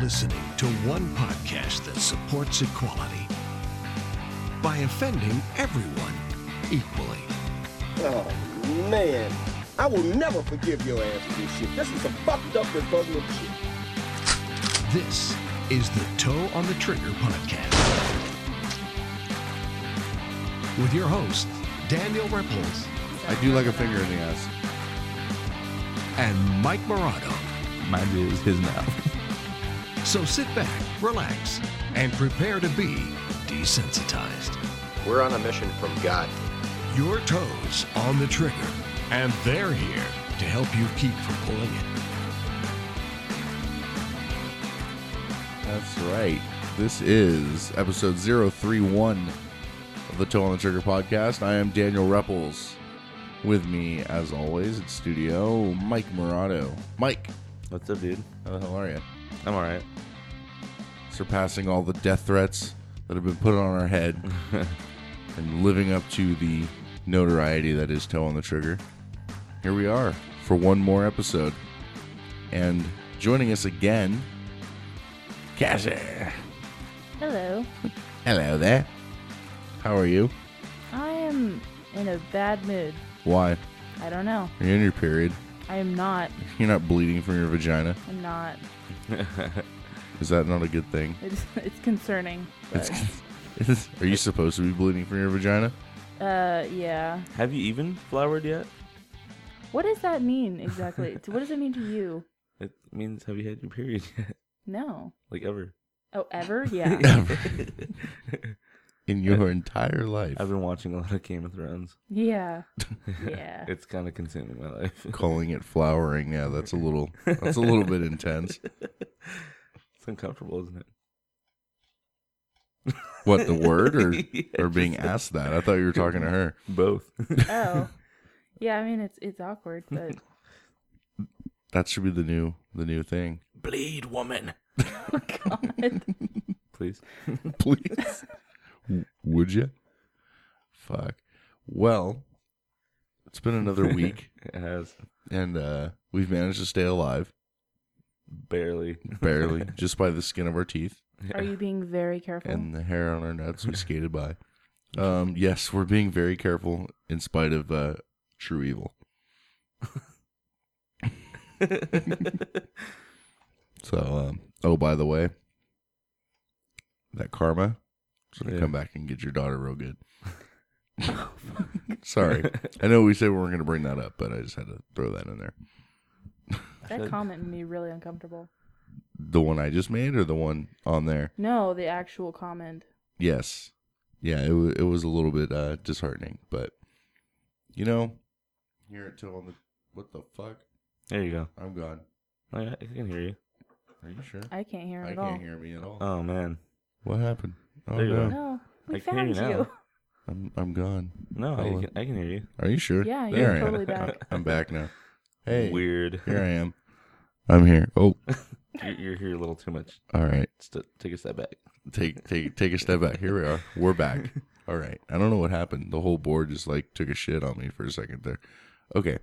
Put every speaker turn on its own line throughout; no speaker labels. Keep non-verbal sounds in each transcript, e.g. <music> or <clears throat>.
listening to one podcast that supports equality by offending everyone equally.
Oh man, I will never forgive your ass for this shit. This is some fucked up and bugger shit.
This is the Toe on the Trigger podcast with your hosts, Daniel Ripples
I do like a finger in the ass.
and Mike Morado.
Mine is his <laughs> mouth.
So sit back, relax, and prepare to be desensitized.
We're on a mission from God.
Your toes on the trigger, and they're here to help you keep from pulling it.
That's right. This is episode 031 of the Toe on the Trigger podcast. I am Daniel Repples. With me, as always, at studio, Mike Morado. Mike,
What's up, dude?
how the hell are you?
I'm all right.
Surpassing all the death threats that have been put on our head and living up to the notoriety that is Toe on the Trigger. Here we are for one more episode. And joining us again, Cassie.
Hello.
Hello there. How are you?
I am in a bad mood.
Why?
I don't know.
Are you in your period?
I am not.
You're not bleeding from your vagina.
I'm not. <laughs>
Is that not a good <laughs> thing?
It's, it's concerning. but,
are you supposed to be bleeding from your vagina?
uh, yeah.
Have you even flowered yet?
What does that mean exactly? To- what does it mean to you?
It means have you had your period <laughs> yet?
No.
like ever?
Oh, ever? Yeah.
In your entire life.
I've been watching a lot of Game of Thrones.
Yeah. Yeah.
It's kind of consuming my life.
Calling it flowering. Yeah, that's a little that's a little bit intense.
<laughs> It's uncomfortable, isn't it?
What the word or
Yeah,
or being asked that? I thought you were talking to her.
Both. <laughs>
Oh. Yeah. I mean, it's it's awkward, but <laughs>
That should be the new the new thing.
Bleed, woman.
oh god.
Please.
please. W- Would you? Fuck. Well, it's been another week,
<laughs> It has
and uh, we've managed to stay alive
barely. <laughs>
barely, just by the skin of our teeth
Are you being very careful?
and the hair on our nuts we skated by. Um, yes, we're being very careful in spite of uh, true evil. So, um, oh, by the way, that karma is going to
Yeah.
come back and get your daughter real good. Sorry. I know we said we weren't going to bring that up, but I just had to throw that in there.
that comment made me really uncomfortable.
The one I just made or the one on there?
No, the actual comment.
Yes. Yeah, it, w- it was a little bit uh, disheartening, but you know, here it till on the. What the fuck?
There you go.
I'm gone.
Oh, yeah, I can hear you.
Are you sure?
I can't hear it
I
at
can't
all.
hear me at all.
Oh man.
what happened? Oh,
There you
no.
go.
No, we
I can hear
found
you
you.
now.
I'm, I'm gone.
No,
Hello.
I can, I can hear you.
Are you sure?
Yeah,
There
you're
I am.
totally back.
<laughs> I'm back now. Hey,
Weird.
here I am. I'm here. Oh,
<laughs> You're, you're here a little too much.
all right.
St- take a step back.
Take take take a step back. Here we are. We're back. All right. I don't know what happened. The whole board just like took a shit on me for a second there. Okay.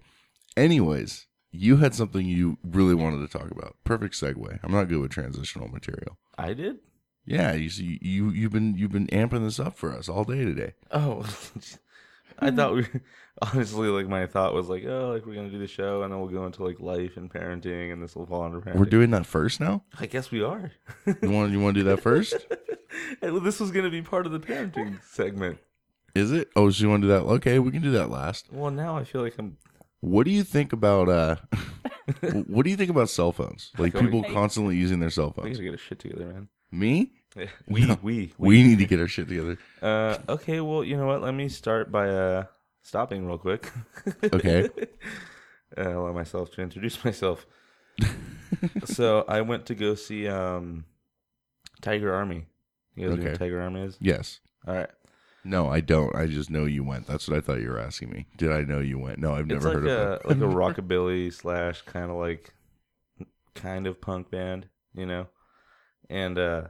Anyways, you had something you really wanted to talk about. Perfect segue. I'm not good with transitional material.
I did.
Yeah, you see, you you've been you've been amping this up for us all day today.
Oh, <laughs> I thought we <laughs> were, honestly like my thought was like, oh, like we're gonna do the show and then we'll go into like life and parenting and this will fall under parenting.
We're doing that first now.
I guess we are. <laughs>
You want you want to do that first?
And this was gonna be part of the parenting segment.
Is it? Oh, so you want to do that? Okay, we can do that last.
Well, now I feel like I'm.
What do you think about uh <laughs> what do you think about cell phones? Like
Going-
people constantly using their cell
We
phones.
gotta get a shit together, man. <laughs>
Me?
Yeah. We,
No.
we,
We need to get our shit together.
Uh, okay, well, you know what? Let me start by uh stopping real quick. <laughs>
Okay.
uh, allow myself to introduce
<laughs>
myself. so I went to go see um Tiger Army. You guys know
Okay.
what Tiger Army is?
Yes.
All right.
No, I don't. I just know you went. That's what I thought you were asking me. Did I know you went? No, I've never
it's like
heard
a
of it.
like
<laughs>
a rockabilly slash kind of like kind of punk band, you know. And uh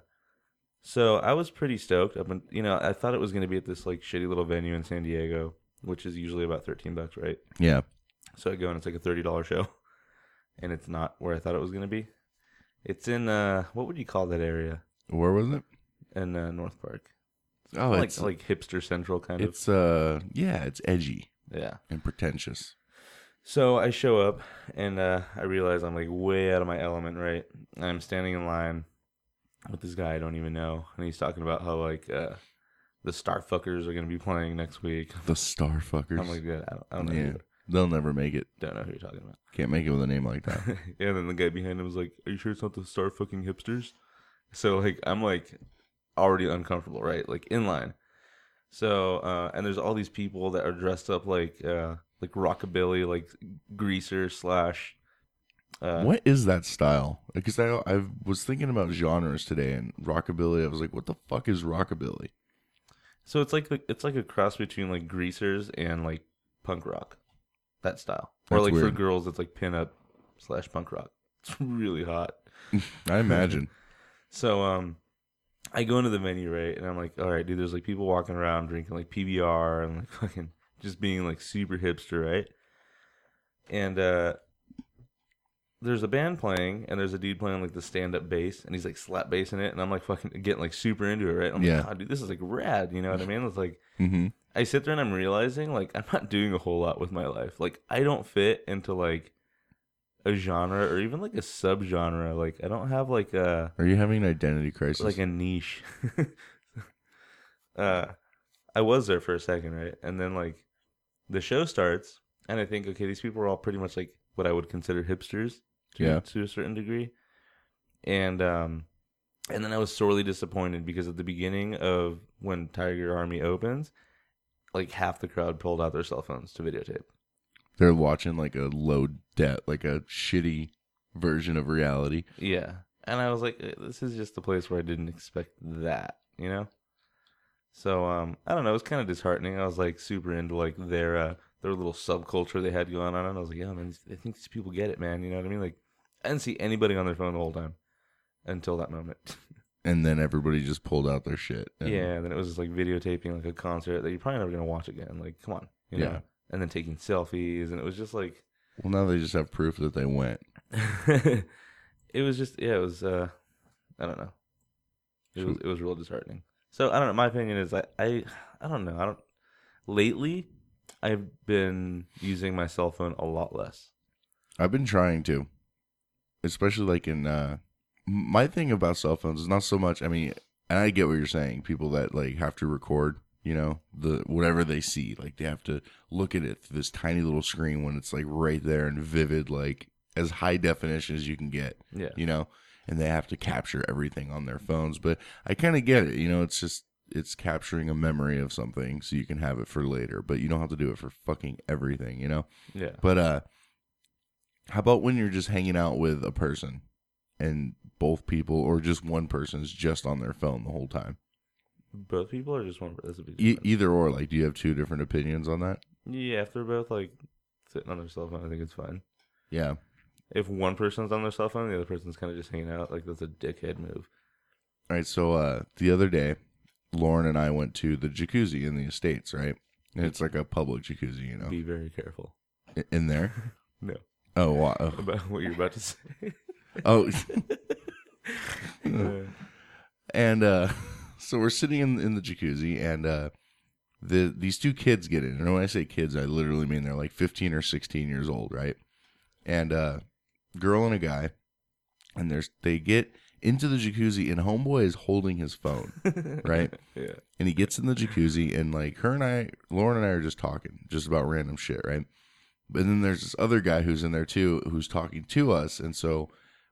so I was pretty stoked. Up and you know, I thought it was gonna be at this like shitty little venue in San Diego, which is usually about thirteen bucks, right?
Yeah.
<laughs> So I go and it's like a thirty dollar show, and it's not where I thought it was gonna be. It's in uh, what would you call that area
Where was it?
in uh, North Park?
Oh,
like
it's
like hipster central kind of.
it's uh yeah, it's edgy
Yeah.
and pretentious.
So I show up and uh, I realize I'm like way out of my element, right? And I'm standing in line with this guy I don't even know, and he's talking about how like uh, the Starfuckers are gonna be playing next week.
The Starfuckers.
I'm like, yeah, I don't, I don't know,
yeah,
who,
they'll never make it.
don't know who you're talking about.
Can't make it with a name like that.
yeah, and then the guy behind him was like, "Are you sure it's not the star fucking hipsters?" So like, I'm like already uncomfortable, right? Like in line. So uh, and there's all these people that are dressed up like uh, like rockabilly, like greaser slash. <laughs> Uh,
what is that style? Because I I was thinking about genres today and rockabilly. I was like, what the fuck is rockabilly?
So it's like the, it's like a cross between like greasers and like punk rock, that style. or
That's
like for
weird.
girls, it's like pinup slash punk rock. It's really hot.
I
<laughs>
imagine.
So um I go into the menu, right, and I'm like, all right, dude, there's like people walking around drinking like PBR and like <laughs> fucking just being like super hipster, right? And uh there's a band playing and there's a dude playing like the stand up bass and he's like slap bassing it and I'm like fucking getting like super into it, right? I'm
Yeah.
like, God, dude, this is like rad, you know what I mean? It's like
hmm
I sit there and I'm realizing like I'm not doing a whole lot with my life. Like I don't fit into like a genre or even like a subgenre. Like I don't have like a
Are you having an identity crisis?
like a niche. <laughs> uh, I was there for a second, right? And then like the show starts, and I think, okay, these people are all pretty much like what I would consider hipsters, to,
Yeah.
to a certain degree. And um, and then I was sorely disappointed because at the beginning of when Tiger Army opens, like half the crowd pulled out their cell phones to videotape.
They're watching like a low debt, like a shitty version of reality.
Yeah. And I was like, eh, this is just the place where I didn't expect that, you know? So um I don't know, it was kinda disheartening. I was like super into like their uh their little subculture they had going on and I was like, Yeah man, I think these people get it, man, you know what I mean? Like I didn't see anybody on their phone the whole time until that moment.
And then everybody just pulled out their shit. and-
<laughs> yeah, and then it was just like videotaping like a concert that you're probably never gonna watch again. Like, come on, you know?
Yeah.
And then taking selfies and it was just like
Well, now they just have proof that they went.
<laughs> it was just yeah, it was uh I don't know. It was it was real disheartening. So I don't know, my opinion is I I, I don't know. I don't lately I've been using my cell phone a lot less.
I've been trying to, especially like in uh, my thing about cell phones is not so much. I mean, and I get what you're saying. People that like have to record, you know, the whatever they see, like they have to look at it through this tiny little screen when it's like right there and vivid, like as high definition as you can get,
Yeah.
you know, and they have to capture everything on their phones. But I kind of get it, you know. It's just it's capturing a memory of something so you can have it for later, but you don't have to do it for fucking everything, you know.
Yeah.
But uh how about when you're just hanging out with a person and both people or just one person's just on their phone the whole time?
Both people are just one that's a big
E-
difference.
either or like do you have two different opinions on that?
Yeah, if they're both like sitting on their cell phone, I think it's fine.
Yeah. All
If one person's on their cell phone, the other person's kinda just hanging out, like that's a dickhead move.
right, so uh the other day Lauren and I went to the jacuzzi in the estates, right? And it's like a public jacuzzi, you know,
Be very careful.
i- in there.
No.
Oh, wow. oh,
About what you're about to say.
oh,
<laughs> Yeah.
and uh, so we're sitting in in the jacuzzi, and uh, the these two kids get in. And when I say kids, I literally mean they're like fifteen or sixteen years old, right? And uh, girl and a guy, and there's they get into the jacuzzi, and homeboy is holding his
<laughs>
phone, right?
yeah.
and he gets in the jacuzzi and like her and I, Lauren and I are just talking just about random shit, right? But then there's this other guy who's in there too who's talking to us, and so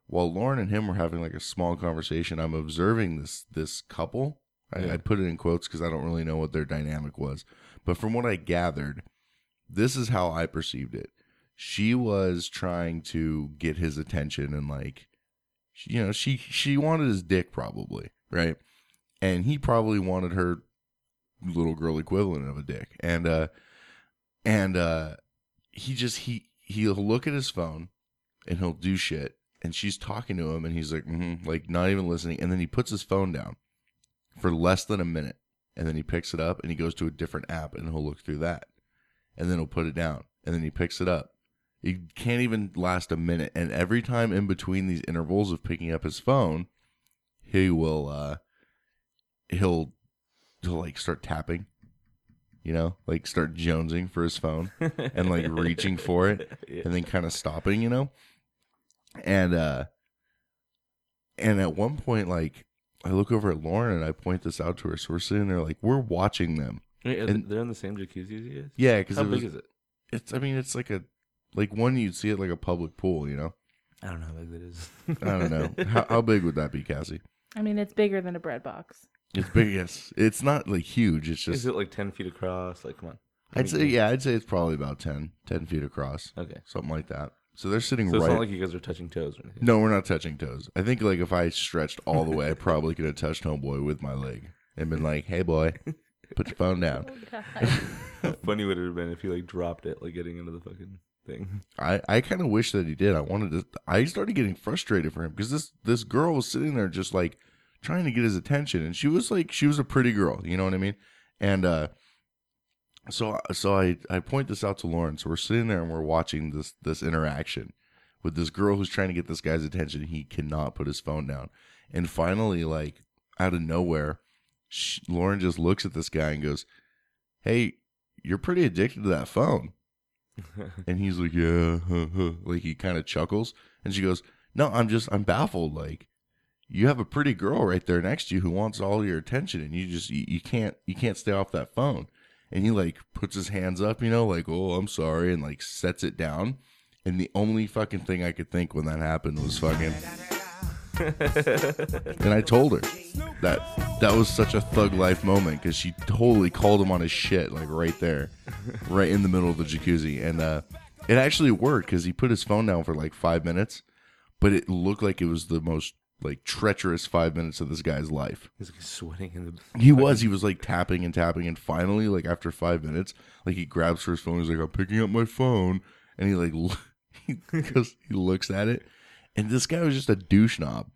while Lauren and him were having like a small conversation, I'm observing this this couple. I,
Yeah.
I put it in quotes because I don't really know what their dynamic was, but from what I gathered, this is how I perceived it. She was trying to get his attention and like, she- you know, she she wanted his dick probably, right? and he probably wanted her little girl equivalent of a dick and uh and uh he just he he'll look at his phone and he'll do shit and she's talking to him and he's like mm like not even listening and then he puts his phone down for less than a minute and then he picks it up and he goes to a different app and he'll look through that and then he'll put it down and then he picks it up It can't even last a minute. And every time in between these intervals of picking up his phone, he will uh he'll he'll like start tapping. You know, like start jonesing for his phone and like reaching for it
Yeah.
and then kind of stopping, you know? And uh and at one point like I look over at Lauren and I point this out to her. So we're sitting there like we're watching them.
Wait, are
and-
they- they're in the same jacuzzi as you guys?
Yeah, because
How
it
big
was,
is it?
it's I mean it's like a like one you'd see at like a public pool, you know?
I don't know how big that is. <laughs>
I don't know. how, how big would that be, Cassie?
I mean, it's bigger than a bread box.
It's big. Yes, it's not like huge. It's just
is it like ten feet across? Like, come on.
I'd say yeah. I'd say it's probably about 10, 10 feet across,
Okay.
something like that. So they're sitting
So it's
right.
not like you guys are touching toes or anything.
no, we're not touching toes. I think like if I stretched all the way, I probably could have touched homeboy with my leg and been like, "Hey boy, put your phone down."
How funny would it have been if you like dropped it, like getting into the fucking thing? <laughs>
I, I kind of wish that he did. I wanted to. I started getting frustrated for him because this this girl was sitting there just like trying to get his attention, and she was like she was a pretty girl, you know what I mean? And uh, so so I I point this out to Lauren. So we're sitting there and we're watching this this interaction with this girl who's trying to get this guy's attention. He cannot put his phone down, and finally, like out of nowhere, sh Lauren just looks at this guy and goes, "Hey, you're pretty addicted to that phone." <laughs> And he's like, yeah, huh, huh." like he kind of chuckles. And she goes, no, I'm just, I'm baffled. Like, you have a pretty girl right there next to you who wants all your attention, and you just, you, you can't, you can't stay off that phone. And he like puts his hands up, you know, like, oh, I'm sorry, and like sets it down. And the only fucking thing I could think when that happened was fucking. and I told her that that was such a thug life moment because she totally called him on his shit, like right there, right in the middle of the jacuzzi. And uh, it actually worked because he put his phone down for like five minutes, but it looked like it was the most like treacherous five minutes of this guy's life.
He's like sweating in the.
He was. He was like tapping and tapping, and finally, like after five minutes, like he grabs for his phone. He's like, "I'm picking up my phone," and he like <laughs> lo- he goes, he looks at it, and this guy was just a douche knob.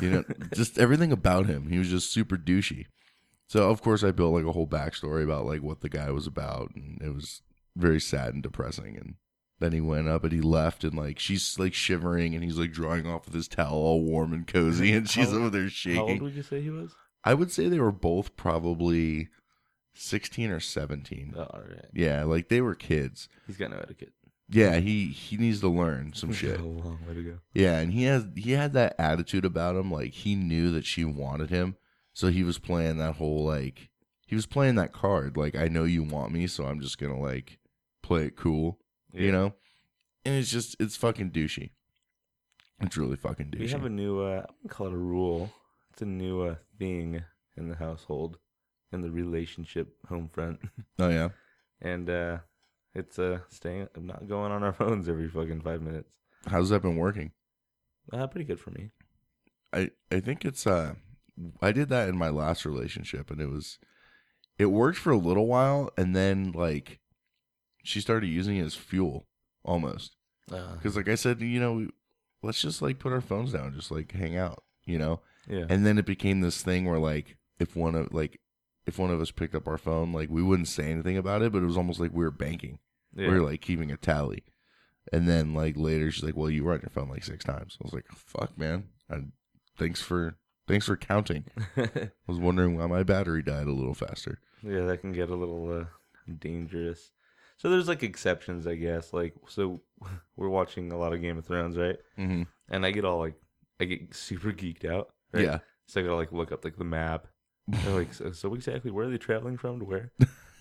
You
<laughs>
know, just everything about him. He was just super douchey. So of course, I built like a whole backstory about like what the guy was about, and it was very sad and depressing. And then he went up and he left, and like she's like shivering, and he's like drying off with his towel, all warm and
<laughs>
cozy, and she's
How-
over there shaking.
How old would you say he was?
I would say they were both probably 16 or 17.
Oh, all right.
Yeah, like they were kids.
He's got no etiquette.
Yeah, he he needs to learn some
<laughs> He's got
shit.
A long way to go.
Yeah, and he has he had that attitude about him like he knew that she wanted him, so he was playing that whole like he was playing that card like I know you want me, so I'm just going to like play it cool,
Yeah.
you know? And it's just it's fucking douchey. It's really fucking douchey.
We have a new, uh, I'm going to call it a rule. It's a new uh, thing in the household, in the relationship home front. <laughs>
oh yeah.
And uh, it's uh, staying, not going on our <laughs> phones every fucking five minutes.
How's that been working?
Uh, pretty good for me.
I I think it's uh I did that in my last relationship and it was it worked for a little while and then like she started using it as fuel almost
Uh,
cuz like I said you know let's just like put our phones down and just like hang out you know
yeah.
and then it became this thing where like if one of like if one of us picked up our phone like we wouldn't say anything about it but it was almost like we were banking
yeah.
we were like keeping a tally. And then like later, she's like, "Well, you were on your phone like six times." I was like, "Fuck, man! I, thanks for thanks for
<laughs>
counting." I was wondering why my battery died a little faster.
yeah, that can get a little uh, dangerous. So there's like exceptions, I guess. Like, so <laughs> we're watching a lot of Game of Thrones, right?
Mm-hmm.
And I get all like, I get super geeked out. Right?
Yeah,
So I gotta like look up like the map. They're like, so, so exactly where are they traveling from to where?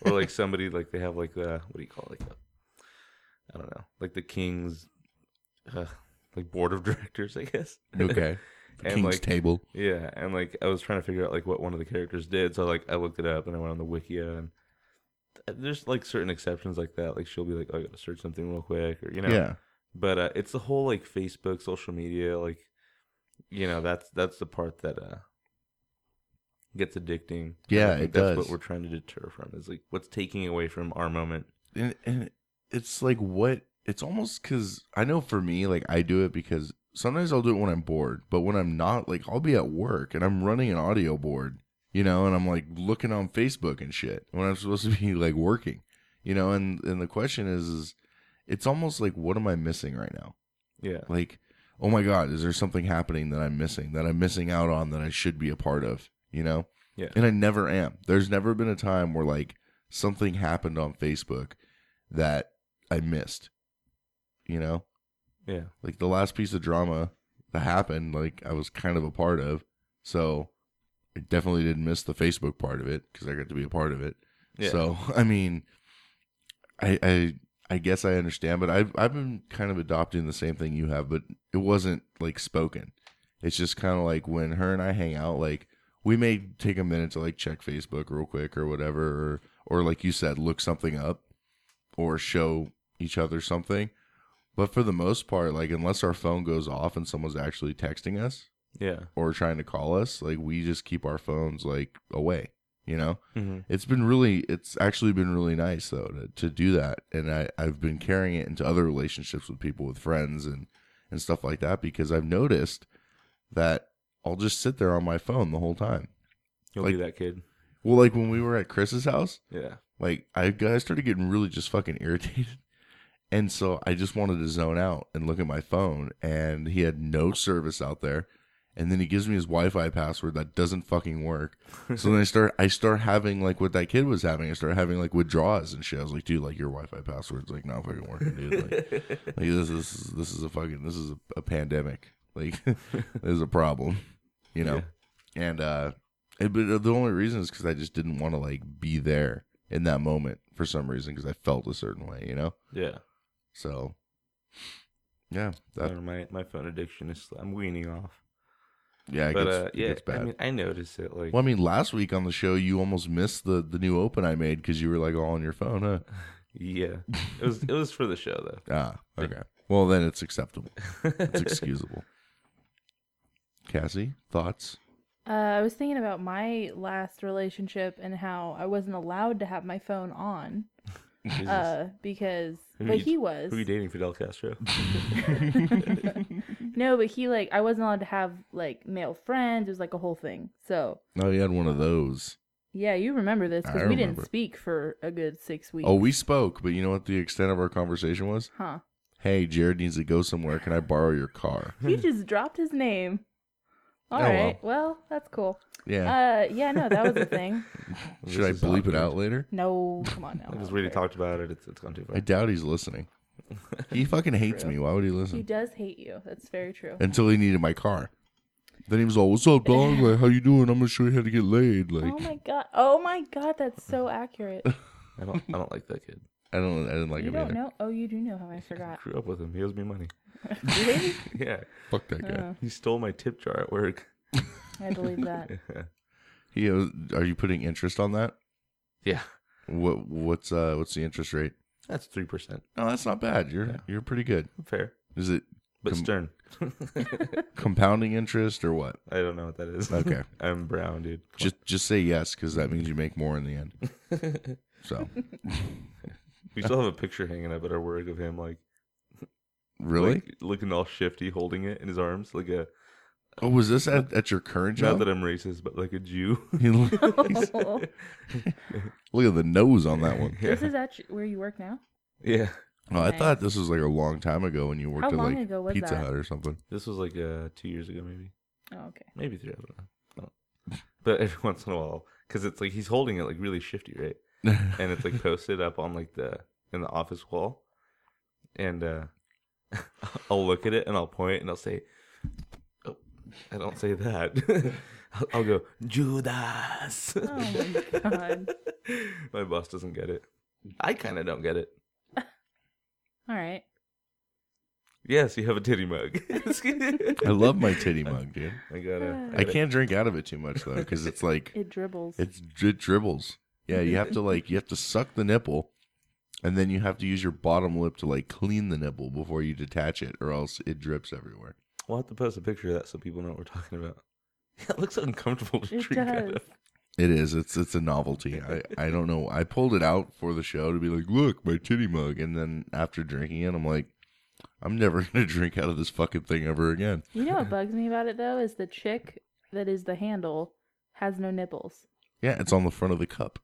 or like somebody like they have like uh what do you call it? like I I don't know like the king's uh, like board of <laughs> directors I guess. <laughs>
okay.
And,
King's
like-
table.
yeah, and like I was trying to figure out like what one of the characters did, so like I looked it up and I went on the Wikia and there's like certain exceptions like that. Like she'll be like, oh, I gotta search something real quick, or you know
Yeah,
but uh, it's the whole like Facebook, social media, like you know that's that's the part that uh gets addicting.
Yeah,
And I think
it
that's
does.
what we're trying to deter from is like what's taking away from our moment.
and, and it's like what it's almost because I know for me, like I do it because sometimes I'll do it when I'm bored, but when I'm not, like I'll be at work and I'm running an audio board, you know, and I'm like looking on <laughs> Facebook and shit when I'm supposed to be like working, you know, and and the question is, is it's almost like what am I missing right now?
Yeah.
Like, oh my god, is there something happening that I'm missing that I'm missing out on that I should be a part of? You know?
Yeah.
And I never am. There's never been a time where like something happened on Facebook that I missed. You know?
Yeah.
like the last piece of drama that happened, like I was kind of a part of. So I definitely didn't miss the Facebook part of it because I got to be a part of it.
Yeah.
So <laughs> I mean, I I I guess I understand, but I've I've been kind of adopting the same thing you have, but it wasn't like spoken. It's just kind of like when her and I hang out, like we may take a minute to like check Facebook real quick or whatever, or or like you said, look something up or show each other something. But for the most part, like unless our phone goes off and someone's actually texting us
Yeah.
or trying to call us, like we just keep our phones like away, you know?
hmm
It's been really it's actually been really nice though to, to do that. And I, I've been carrying it into other relationships with people with friends and, and stuff like that because I've noticed that I'll just sit there on my phone the whole time.
You'll
Like-
be that kid.
Well, like when we were at Chris's house,
Yeah.
like I got- I started getting really just fucking irritated. <laughs> And so I just wanted to zone out and look at my phone and he had no service out there. And then he gives me his Wi-Fi password that doesn't fucking work. So then I start I start having like what that kid was having. I start having like withdrawals and shit. I was like, dude, like your Wi-Fi password's like not fucking working, dude. Like, like this is this is a fucking this is a, a pandemic. Like <laughs> this is a problem, you know. And uh, it, but the only reason is because I just didn't want to like be there in that moment for some reason because I felt a certain way, you know.
Yeah.
So yeah,
I
that
don't know, my my phone addiction is. I'm weaning off.
yeah, it
but
gets,
uh,
it
yeah,
gets bad.
I mean, I notice it. Like,
well, I mean, last week on the show, you almost missed the the new open I made because you were like all on your phone,
<laughs>
huh?
yeah, it was it was for the show
<laughs>
though.
Ah, okay. Well, then it's acceptable. It's
<laughs>
excusable. Cassie, thoughts?
Uh, I was thinking about my last relationship and how I wasn't allowed to have my phone on
Jesus.
uh, because,
Who
but
you-
he was.
Who are you dating, Fidel
<laughs>
Castro?
No, but he like I wasn't allowed to have like male friends. It was like a whole thing. So
Oh, you had one of those.
yeah, you remember this
I
because we didn't
remember.
speak for a good six weeks.
Oh, we spoke, but you know what the extent of our conversation was?
huh?
Hey, Jared needs to go somewhere. Can I borrow your car?
He just dropped his name. All
Hmm. Oh,
right.
well.
well. that's cool.
Yeah.
Uh, yeah, no, that was
<laughs>
a thing.
Should I
is
bleep it
awkward.
out later?
No, come
<laughs>
on now. I
Because
don't
we already
care.
talked about it. It's, it's gone too far.
I doubt he's
<laughs>
listening. He fucking hates me. Why would he
He
listen?
does hate you. That's very true.
Until he needed my car. Then he was all, "What's
<laughs>
up, dog? Like, how you doing? I'm gonna show you how to get laid." Like,
Oh my god. Oh my god, that's so accurate.
I don't. I don't like that kid.
I don't, I didn't like
You
him
don't
either.
know. Oh, you do know how
<laughs>
I
I
<laughs> forgot.
grew up with him. He owes me money. <laughs>
Really?
Yeah,
Fuck that guy.
Oh,
he stole my tip jar at work. <laughs>
I believe
<laughs>
that.
He, owes- are you putting interest on that?
yeah,
What, what's, uh, what's the interest rate?
that's three percent.
No, that's not bad. You're, you're pretty good.
Fair,
Is it
but
Com-
stern.
compounding interest or what?
I don't know what that is.
Okay.
<laughs> I'm brown, dude. Come
just, just say yes because that means you make more in the end.
<laughs>
So,
on. we still have a picture hanging up at our work of him, like
really?
like, looking all shifty, holding it in his arms, like a
Oh, was this at, at your current
not
job?
that I'm racist, but like a Jew. <laughs>
<laughs> He look,
<laughs>
he's- <laughs>
Oh.
look at the nose on that
<laughs>
one.
This is actually where you work now.
Yeah,
Oh, I thought this was like a long time ago when you worked
How
at
long
like
ago was
Pizza
that?
Hut or something.
this was like uh, two years ago, maybe.
Oh, okay.
<laughs>
maybe three. I don't know. I don't- But every <laughs> once in a while, because it's like he's holding it like really shifty, right? And it's like posted up on like the in the office wall, and uh <laughs> I'll look at it and I'll point and I'll say, "Oh, I don't say that." <laughs> I'll- I'll go Judas. <laughs>
Oh my god.
My boss doesn't get it. I kind of don't get it.
All right.
Yes, you have a titty mug. <laughs> I
I love my titty mug, dude.
got it.
I can't drink out of it too much though because it's like
It dribbles.
it's it dribbles. Yeah, you have to like you have to suck the nipple, and then you have to use your bottom lip to like clean the nipple before you detach it, or else it drips everywhere.
We'll have to post a picture of that so people know what we're talking about. <laughs> it looks uncomfortable to
<laughs>
It
drink out
does.
of.
It is. It's it's a novelty. I I don't know. I pulled it out for the show to be like, look, my titty mug, and then after drinking it, I'm like, I'm never <laughs> gonna drink out of this fucking thing ever again.
You know
<laughs>
what bugs me about it though is the chick that is the handle has no nipples.
Yeah, it's on the front of the cup.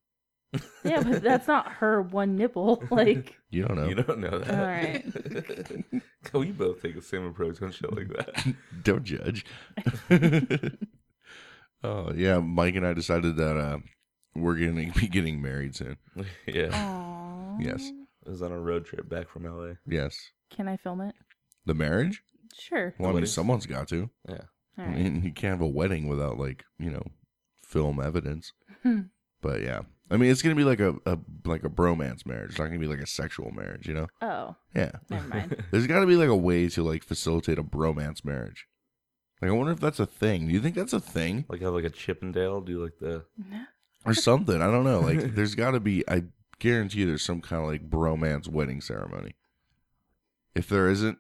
Yeah, but that's not her one nipple. <laughs> Like,
You don't know.
You don't know that.
all right.
<laughs> Can we both take the same approach on shit like that? <laughs>
Don't judge. oh yeah, Mike and I decided that uh, we're going to be getting married soon.
yeah.
Aww.
<laughs> Yes,
I was on a road trip back from LA.
yes.
Can I film it?
The marriage?
Sure.
Well, I mean,
Weddings.
someone's got to.
Yeah.
I
All right.
mean, you can't have a wedding without like you know film evidence.
Hmm.
But yeah, I mean, it's gonna be like a, a like a bromance marriage. It's not gonna be like a sexual marriage. You know?
Oh,
Yeah.
never mind.
<laughs> There's got to be like a way to like facilitate a bromance marriage. Like, I wonder if that's a thing. Do you think that's a thing
Like have like a Chippendale do like the
or something? I don't know. Like, there's got to be. I guarantee there's some kind of like bromance wedding ceremony. If there isn't,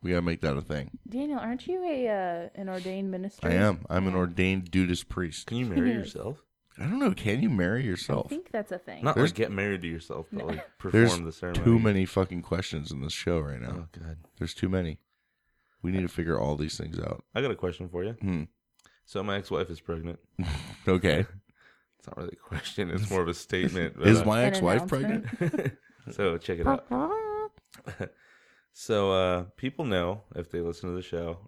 we gotta make that a thing.
Daniel, aren't you a uh, an ordained minister?
I am. I'm an ordained dudist priest.
Can you marry
Yes.
yourself?
I don't know. Can you marry
I
yourself?
think that's a thing.
Not
There's-
like get married to yourself, but
<laughs>
like perform
There's
the ceremony.
too many fucking questions in this show right now.
Oh god.
There's too many. We need to figure all these things out.
I got a question for you.
Hmm.
So my ex-wife is pregnant.
<laughs>
Okay.
It's not really a question. It's more of a <laughs> statement. but,
Is
uh,
my
An
ex-wife
announcement?
pregnant?
so check it out.
Uh-huh.
so uh, people know if they listen to the show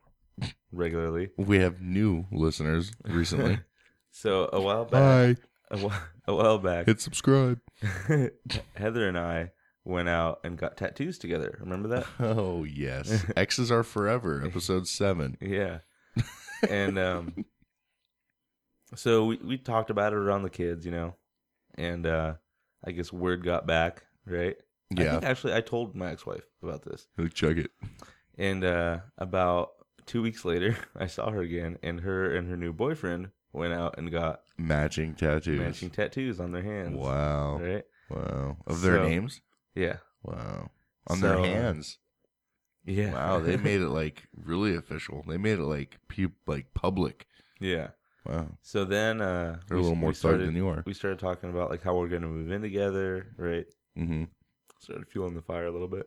regularly.
We have new listeners
<laughs>
recently.
So a while
Hi,
back, a while, a while back,
hit subscribe.
Heather and I went out and got tattoos together.
<laughs>
Remember that?
Oh
<laughs>
yes, exes are forever. Episode seven.
Yeah. And um so we, we talked about it around the kids, you know. And uh I guess word got back, right? I
Yeah,
think actually I told my ex wife about this.
check it.
And uh about two weeks later <laughs> I saw her again and her and her new boyfriend went out and got
Matching tattoos.
matching tattoos on their hands.
wow,
Right?
wow. Of their
So-
names.
Yeah.
Wow. On
So,
their
uh,
hands.
Yeah.
Wow, <laughs>
<laughs>
they made it like really official. They made it like pu- like public.
Yeah.
Wow,
So then uh
they're a little more thug
started,
than you are.
we started talking about like how we're gonna move in together, right?
hmm
Started fueling the fire a little bit.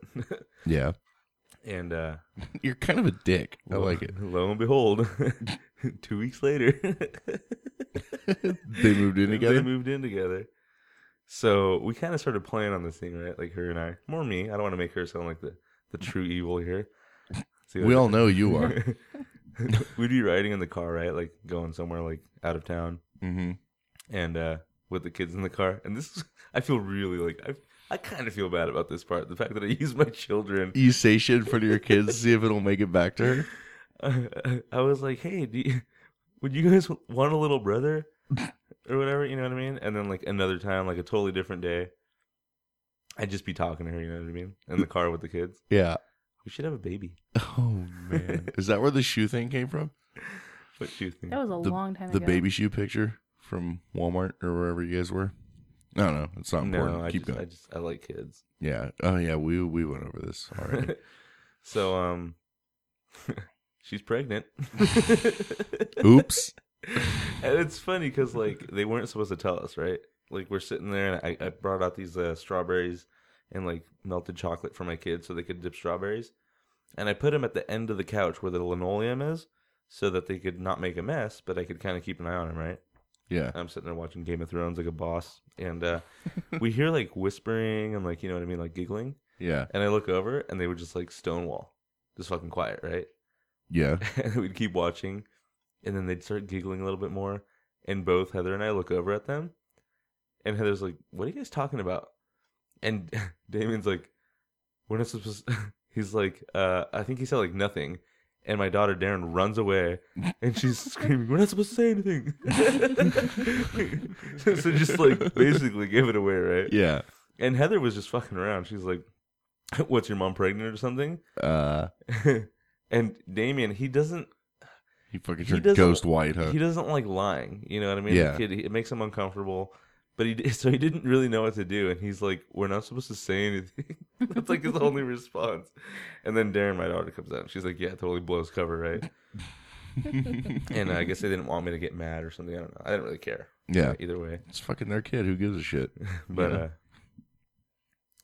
<laughs>
Yeah, <laughs>
and uh
you're kind of a dick. I like it.
Lo and behold, <laughs> two weeks later,
<laughs> They moved in
<laughs> They
together?
moved in together. So we kind of started playing on this thing, right? Like her and I, more me. I don't want to make her sound like the, the true evil here. See,
We all know you are. <laughs>
<laughs> We'd be riding in the car, right? Like going somewhere like out of town,
mm-hmm.
and uh with the kids in the car. And this, is, I feel really like I, I kind of feel bad about this part. The fact that I use my children <laughs>
You say shit in front of your kids, to see if it'll make it back to her.
I I was like, "Hey, do you, would you guys want a little brother or whatever?" You know what I mean? And then like another time, like a totally different day, I'd just be talking to her. You know what I mean? In the car with the kids.
Yeah. <laughs>
We should have a baby.
Oh
<laughs>
man, is that where the shoe thing came from?
What do you think?
That was a
The-
long time
The
ago.
baby shoe picture from Walmart or wherever you guys were. No, no, it's not important.
no, I
Keep
just, I
going.
just I like kids.
Yeah. Oh yeah, we we went over this already.
so um, <laughs> she's pregnant. <laughs>
Oops.
and it's funny because like they weren't supposed to tell us, right? Like we're sitting there, and I, I brought out these uh, strawberries and like melted chocolate for my kids so they could dip strawberries, and I put them at the end of the couch where the linoleum is, so that they could not make a mess, but I could kind of keep an eye on them, right?
Yeah.
I'm sitting there watching Game of Thrones like a boss, and uh, we hear like whispering and like you know what I mean, like giggling,
Yeah.
and I look over and they were just like stonewall, just fucking quiet, right?
Yeah.
and <laughs> we'd keep watching, and then they'd start giggling a little bit more, and both Heather and I look over at them, and Heather's like, "What are you guys talking about?" And <laughs> Damien's like, "We're not supposed." <laughs> He's like, uh, "I think he said like nothing," and my daughter Darren runs away, and she's screaming, "We're not supposed to say anything." <laughs> so, so just like basically gave it away, right?
Yeah.
And Heather was just fucking around. She's like, "What's your mom pregnant or something?" <laughs>
Uh,
and Damien, he doesn't
he fucking
He
turned
doesn't-
ghost white, huh?
he doesn't like lying. You know what I mean?
Yeah.
The kid, it makes him uncomfortable. But he <laughs> so he didn't really know what to do, and he's like, "We're not supposed to say anything." <laughs> That's like his only response. And then Darren, my daughter, comes out, and she's like, "Yeah, totally blows
<laughs>
cover, right?" and uh, I guess they didn't want me to get mad or something. I don't know. I didn't really care.
yeah.
Either way,
It's fucking their kid. Who gives a shit?
but
Yeah.
uh,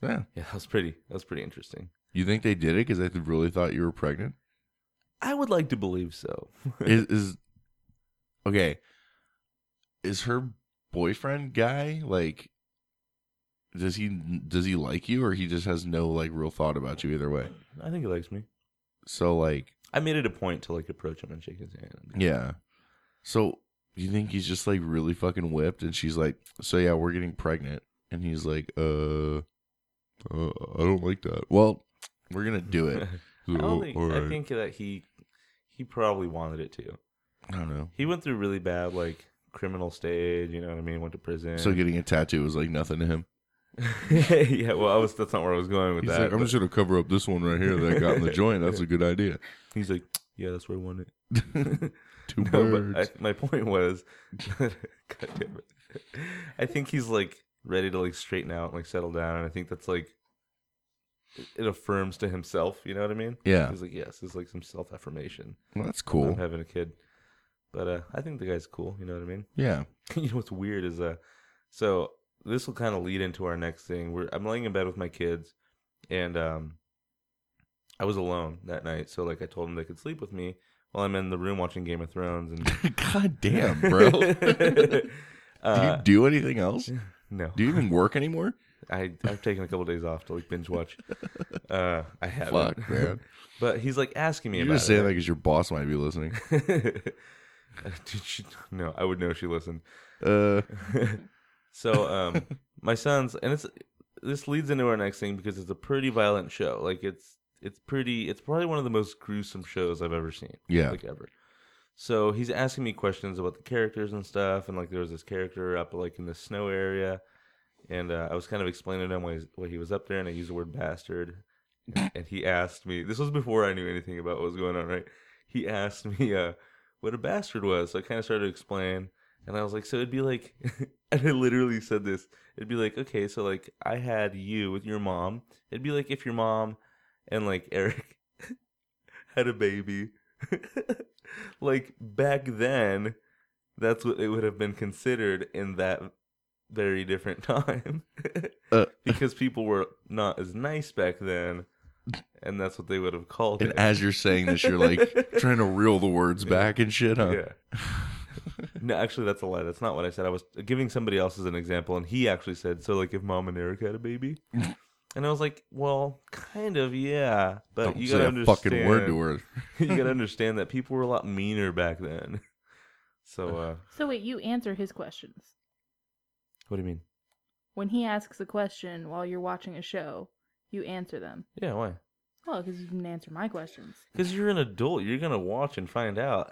Yeah.
yeah, that was pretty. That was pretty interesting.
You think they did it because they really thought you were pregnant?
I would like to believe so.
is, is okay. Is her boyfriend guy like does he does he like you or he just has no like real thought about you either way
<laughs> I think he likes me.
so like
I made it a point to like approach him and shake his hand.
yeah so you think he's just like really fucking whipped and she's like so yeah we're getting pregnant and he's like uh, uh i don't like that well we're gonna do it
<laughs> I, don't think,
"Oh, all
I
right."
think that he he probably wanted it too.
I don't know
He went through really bad like criminal stage. You know what I mean? Went to prison.
so getting a tattoo was like nothing to him
<laughs> yeah. Well, I was. That's not where I was going with
he's
that.
like i'm
but
just gonna cover up this one right here that i got
<laughs>
in the joint that's a good idea
he's like, yeah, that's where I wanted.
two
<laughs> No,
birds
<laughs> but I, my point was, <laughs> God damn it. I think he's like ready to like straighten out and like settle down, and I think that's like it- it affirms to himself. You know what I mean?
Yeah.
He's like, yes, it's like some self affirmation.
Well, that's cool
I'm <laughs> having a kid, but uh, I think the guy's cool. You know what I mean?
yeah <laughs>
<laughs> you know what's weird is uh, so this will kind of lead into our next thing. We're I'm laying in bed with my kids, and um, I was alone that night, so like I told them they could sleep with me while I'm in the room watching Game of Thrones and
God <laughs>
<laughs>
damn, bro. do you <laughs>
Uh,
do anything else?
no,
Do you even work anymore?
I I've taken a couple days off to like
<laughs>
binge watch. Uh, I haven't.
Fuck,
<laughs>
man.
but he's like asking me
You
about
just say
it.
that because your boss might be listening.
<laughs> Did she? No, I would know she listened.
Uh,
<laughs> So, um, my son's, and it's this leads into our next thing because it's a pretty violent show. Like it's it's pretty. It's probably one of the most gruesome shows I've ever seen.
Yeah.
like ever. So he's asking me questions about the characters and stuff, and like there was this character up like in the snow area, and uh, I was kind of explaining to him why, he's- why he was up there, and I used the word bastard, and, and he asked me. This was before I knew anything about what was going on, right? He asked me uh, what a bastard was, so I kind of started to explain, and I was like, so it'd be like, <laughs> and I literally said this, it'd be like, okay, so like I had you with your mom, it'd be like if your mom and like <laughs> Eric had a baby. <laughs> like back then, that's what it would have been considered in that very different <laughs> time.
Uh.
because people were not as nice back then, and that's what they would have called
and
it.
as you're saying this, you're like trying to reel the words back and shit, huh? <laughs>
Yeah. no, actually, that's a lie. That's not what I said. I was giving somebody else as an example, and he actually said, "So, like, if mom and Eric had a baby,"
<laughs>
and I was like, "Well, kind of, yeah, but
Don't
you
say
gotta
a
understand,
fucking word to word.
<laughs>
<laughs>
you gotta understand that people were a lot meaner back then." So, uh,
So wait, you answer his questions.
what do you mean?
When he asks a question while you're watching a show, you answer them.
Yeah, why?
Oh, because you didn't answer my questions.
Because you're an adult. You're gonna watch and find out.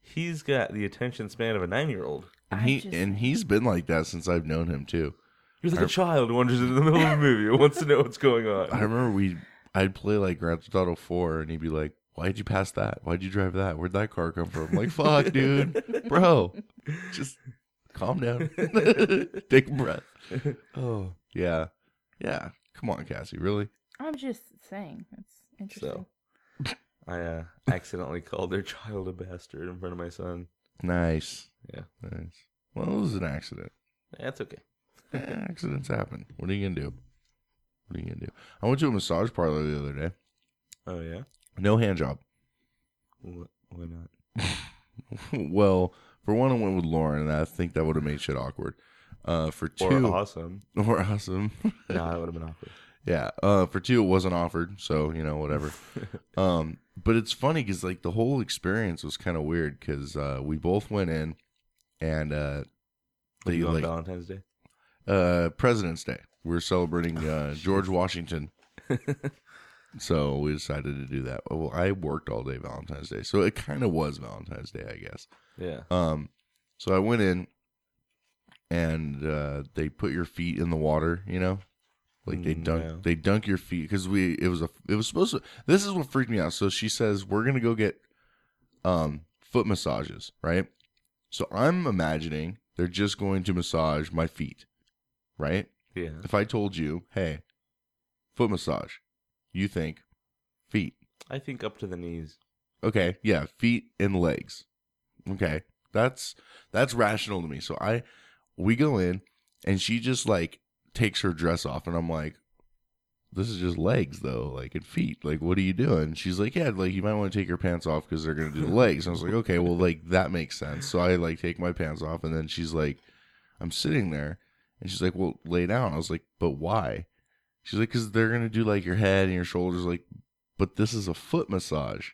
He's got the attention span of a nine-year-old.
And
I
he
just-
and he's been like that since I've known him too.
You're like a child who wanders into the middle of a movie and wants to know what's going on.
I remember we I'd play like Grand Theft Auto Four, and he'd be like, "Why'd you pass that? Why'd you drive that? Where'd that car come from?" I'm like, fuck, dude, bro, just calm down, <laughs> take a breath. Oh yeah, yeah. Come on, Cassie, really?
I'm just saying. That's interesting.
So I uh, accidentally called their child a bastard in front of my son.
Nice.
Yeah.
nice. Well, it was an accident.
That's okay.
Eh, accidents happen. What are you gonna do? What are you gonna do? I went to a massage parlor the other day.
Oh yeah.
No hand job. <laughs>
Wh- Why not?
well, for one, I went with Lauren, and I think that would have made shit awkward. Uh, for two,
Or awesome.
<laughs> or awesome. <laughs>
No, that would have been awkward.
yeah. Uh, for two, it wasn't offered, so you know
<laughs>
whatever. um, but it's funny because like the whole experience was kind of weird because uh, we both went in, and uh,
Would
they
you go on
like
Valentine's Day.
uh, President's Day. We're celebrating uh, George Washington. so we decided to do that. Well, I worked all day Valentine's Day, so it kind of was Valentine's Day, I guess.
Yeah.
Um, so I went in, and uh, they put your feet in the water. You know, like they dunk
No.
they dunk your feet because we it was a it was supposed to. This is what freaked me out. So she says we're gonna go get um foot massages, right? So I'm imagining they're just going to massage my feet, right?
Yeah.
If I told you, hey, foot massage, you think feet?
I think up to the knees.
Okay, yeah, feet and legs. Okay. That's that's rational to me. So I we go in and she just like takes her dress off and I'm like this is just legs though, like and feet. Like what are you doing? She's like, "Yeah, like you might want to take your pants off cuz they're going to do the legs." And I was like, "Okay, well like that makes sense." So I like take my pants off and then she's like I'm sitting there, and she's like, "Well, lay down." I was like, "But why?" She's like, "Cause they're gonna do like your head and your shoulders." Like, but this is a foot massage.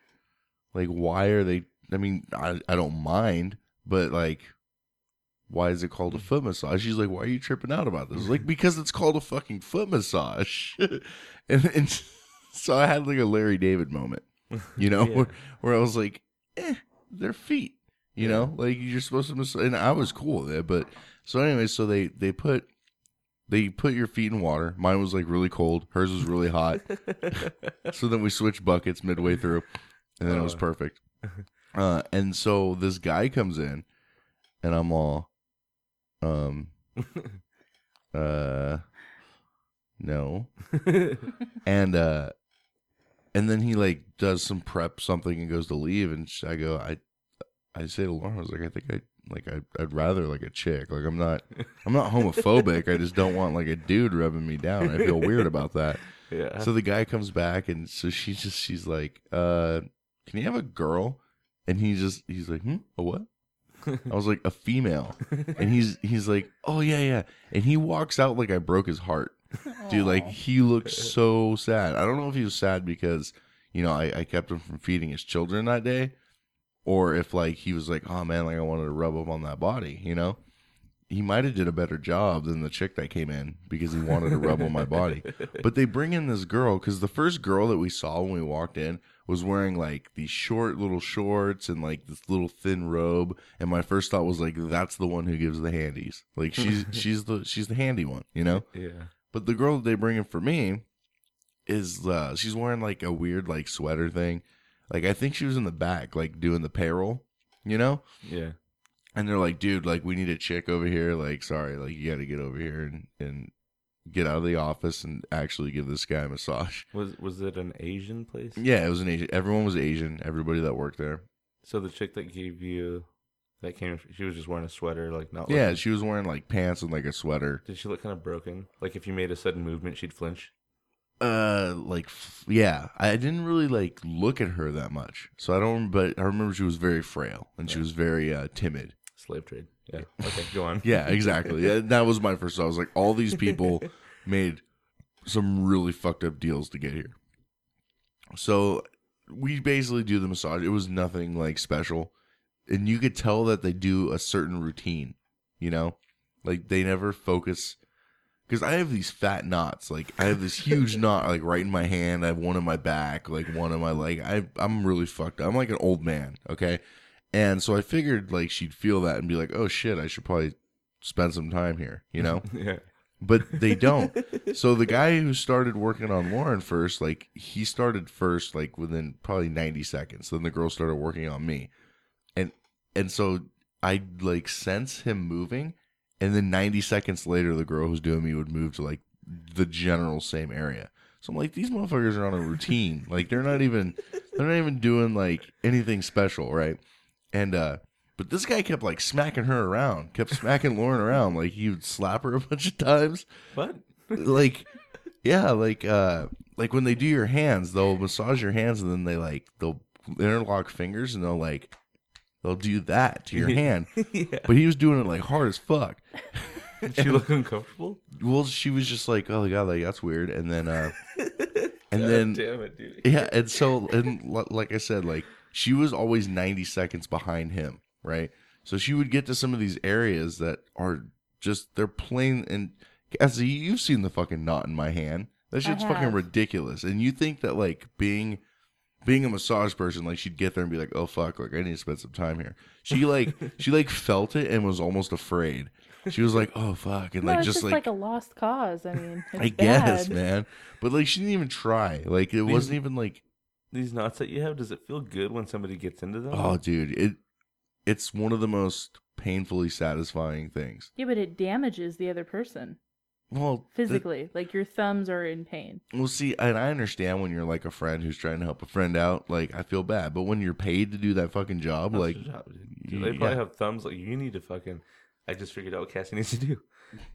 Like, why are they? I mean, I I don't mind, but like, why is it called a foot massage? She's like, why are you tripping out about this? I was Like, because it's called a fucking foot massage. <laughs> and, and <laughs> so I had like a Larry David moment, you know,
Yeah.
where, <laughs> where I was like, eh, their feet, you know, like you're supposed to, massage. and I was cool with it. But so anyway, so they, they put, they put your feet in water. Mine was like really cold. Hers was really
<laughs>
hot. so then we switched buckets midway through and then it was
Uh. <laughs>
perfect. Uh, and so this guy comes in and I'm all,
<laughs>
um, uh,
<laughs>
no. and, uh, and then he like does some prep something and goes to leave. And sh- I go, I, I say to Lauren, I was like, I think I, like, I, I'd rather like a chick. Like, I'm not, I'm not homophobic. I just don't want like a dude rubbing me down. I feel weird about that.
yeah.
So the guy comes back, and so she just she's like, uh, "Can you have a girl?" And he just he's like, "Hmm, a what?" I was like, "A female," and he's he's like, "Oh yeah, yeah," and he walks out like I broke his heart, dude. Like he looked so sad. I don't know if he was sad because you know I, I kept him from feeding his children that day, or if like he was like, "Oh man, like I wanted to rub up on that body," you know. He might have did a better job than the chick that came in because he wanted to rub on my body but they bring in this girl because the first girl that we saw when we walked in was wearing like these short little shorts and like this little thin robe and my first thought was like that's the one who gives the handies like she's she's the she's the handy one you know
yeah.
but the girl that they bring in for me is uh she's wearing like a weird like sweater thing like i think she was in the back like doing the payroll you know
Yeah.
and they're like, dude, like we need a chick over here. Like, sorry, like you got to get over here and and get out of the office and actually give this guy a massage.
Was was it an Asian place?
Yeah, it was an Asian. Everyone was Asian. Everybody that worked there.
So the chick that gave you that came, she was just wearing a sweater, like not.
yeah,
looking-
she was wearing like pants and like a sweater.
Did she look kind of broken? Like if you made a sudden movement, she'd flinch.
Uh, like f- yeah, I didn't really like look at her that much, so I don't. But I remember she was very frail and she was very uh, timid.
Slave trade. Yeah. Okay, go on.
<laughs> Yeah, exactly. Yeah, that was my first. thought. I was like, all these people made some really fucked up deals to get here. So we basically do the massage. It was nothing like special, and you could tell that they do a certain routine. You know, like they never focus. Because I have these fat knots, like I have this huge knot, like right in my hand. I have one in my back, like one in my leg. I I'm really fucked. up. I'm like an old man, okay. And so I figured like she'd feel that and be like, oh shit, I should probably spend some time here, you know?
Yeah.
but they don't. so the guy who started working on Lauren first, like he started first, like within probably ninety seconds. Then the girl started working on me, and and so I like sense him moving, and then ninety seconds later, the girl who's doing me would move to like the general same area. So I'm like, these motherfuckers are on a routine. like they're not even they're not even doing like anything special, right? And uh but this guy kept like smacking her around, kept smacking Lauren around. Like he would slap her a bunch of times. <laughs>
What?
Like yeah, like uh like when they do your hands, they'll massage your hands and then they like they'll interlock fingers and they'll like they'll do that to your hand.
yeah.
But he was doing it like hard as fuck.
Did she look uncomfortable?
Well, she was just like, Oh my god, like that's weird and then uh and
<laughs>
then
Damn it, dude.
yeah and so and li- like i said like she was always 90 seconds behind him right so she would get to some of these areas that are just they're plain and Cassie, you've seen the fucking knot in my hand that
I
shit's fucking
have.
ridiculous and you think that like being being a massage person like she'd get there and be like oh fuck like i need to spend some time here she
<laughs>
like she like felt it and was almost afraid she was like oh fuck and
No,
like
it's
just, like,
a lost cause. I
<laughs>
mean, it's
i guess
bad.
man but like she didn't even try like it wasn't even like
These knots that you have, does it feel good when somebody gets into them?
Oh, dude, it it's one of the most painfully satisfying things.
Yeah, but it damages the other person
Well, the-
physically. like your thumbs are in pain.
well, see, and I understand when you're like a friend who's trying to help a friend out. Like, I feel bad, but when you're paid to do that fucking job,
That's
like,
your job, Oh, dude. Dude, they probably
yeah.
have thumbs like you need to fucking. I just figured out what Cassie needs to do.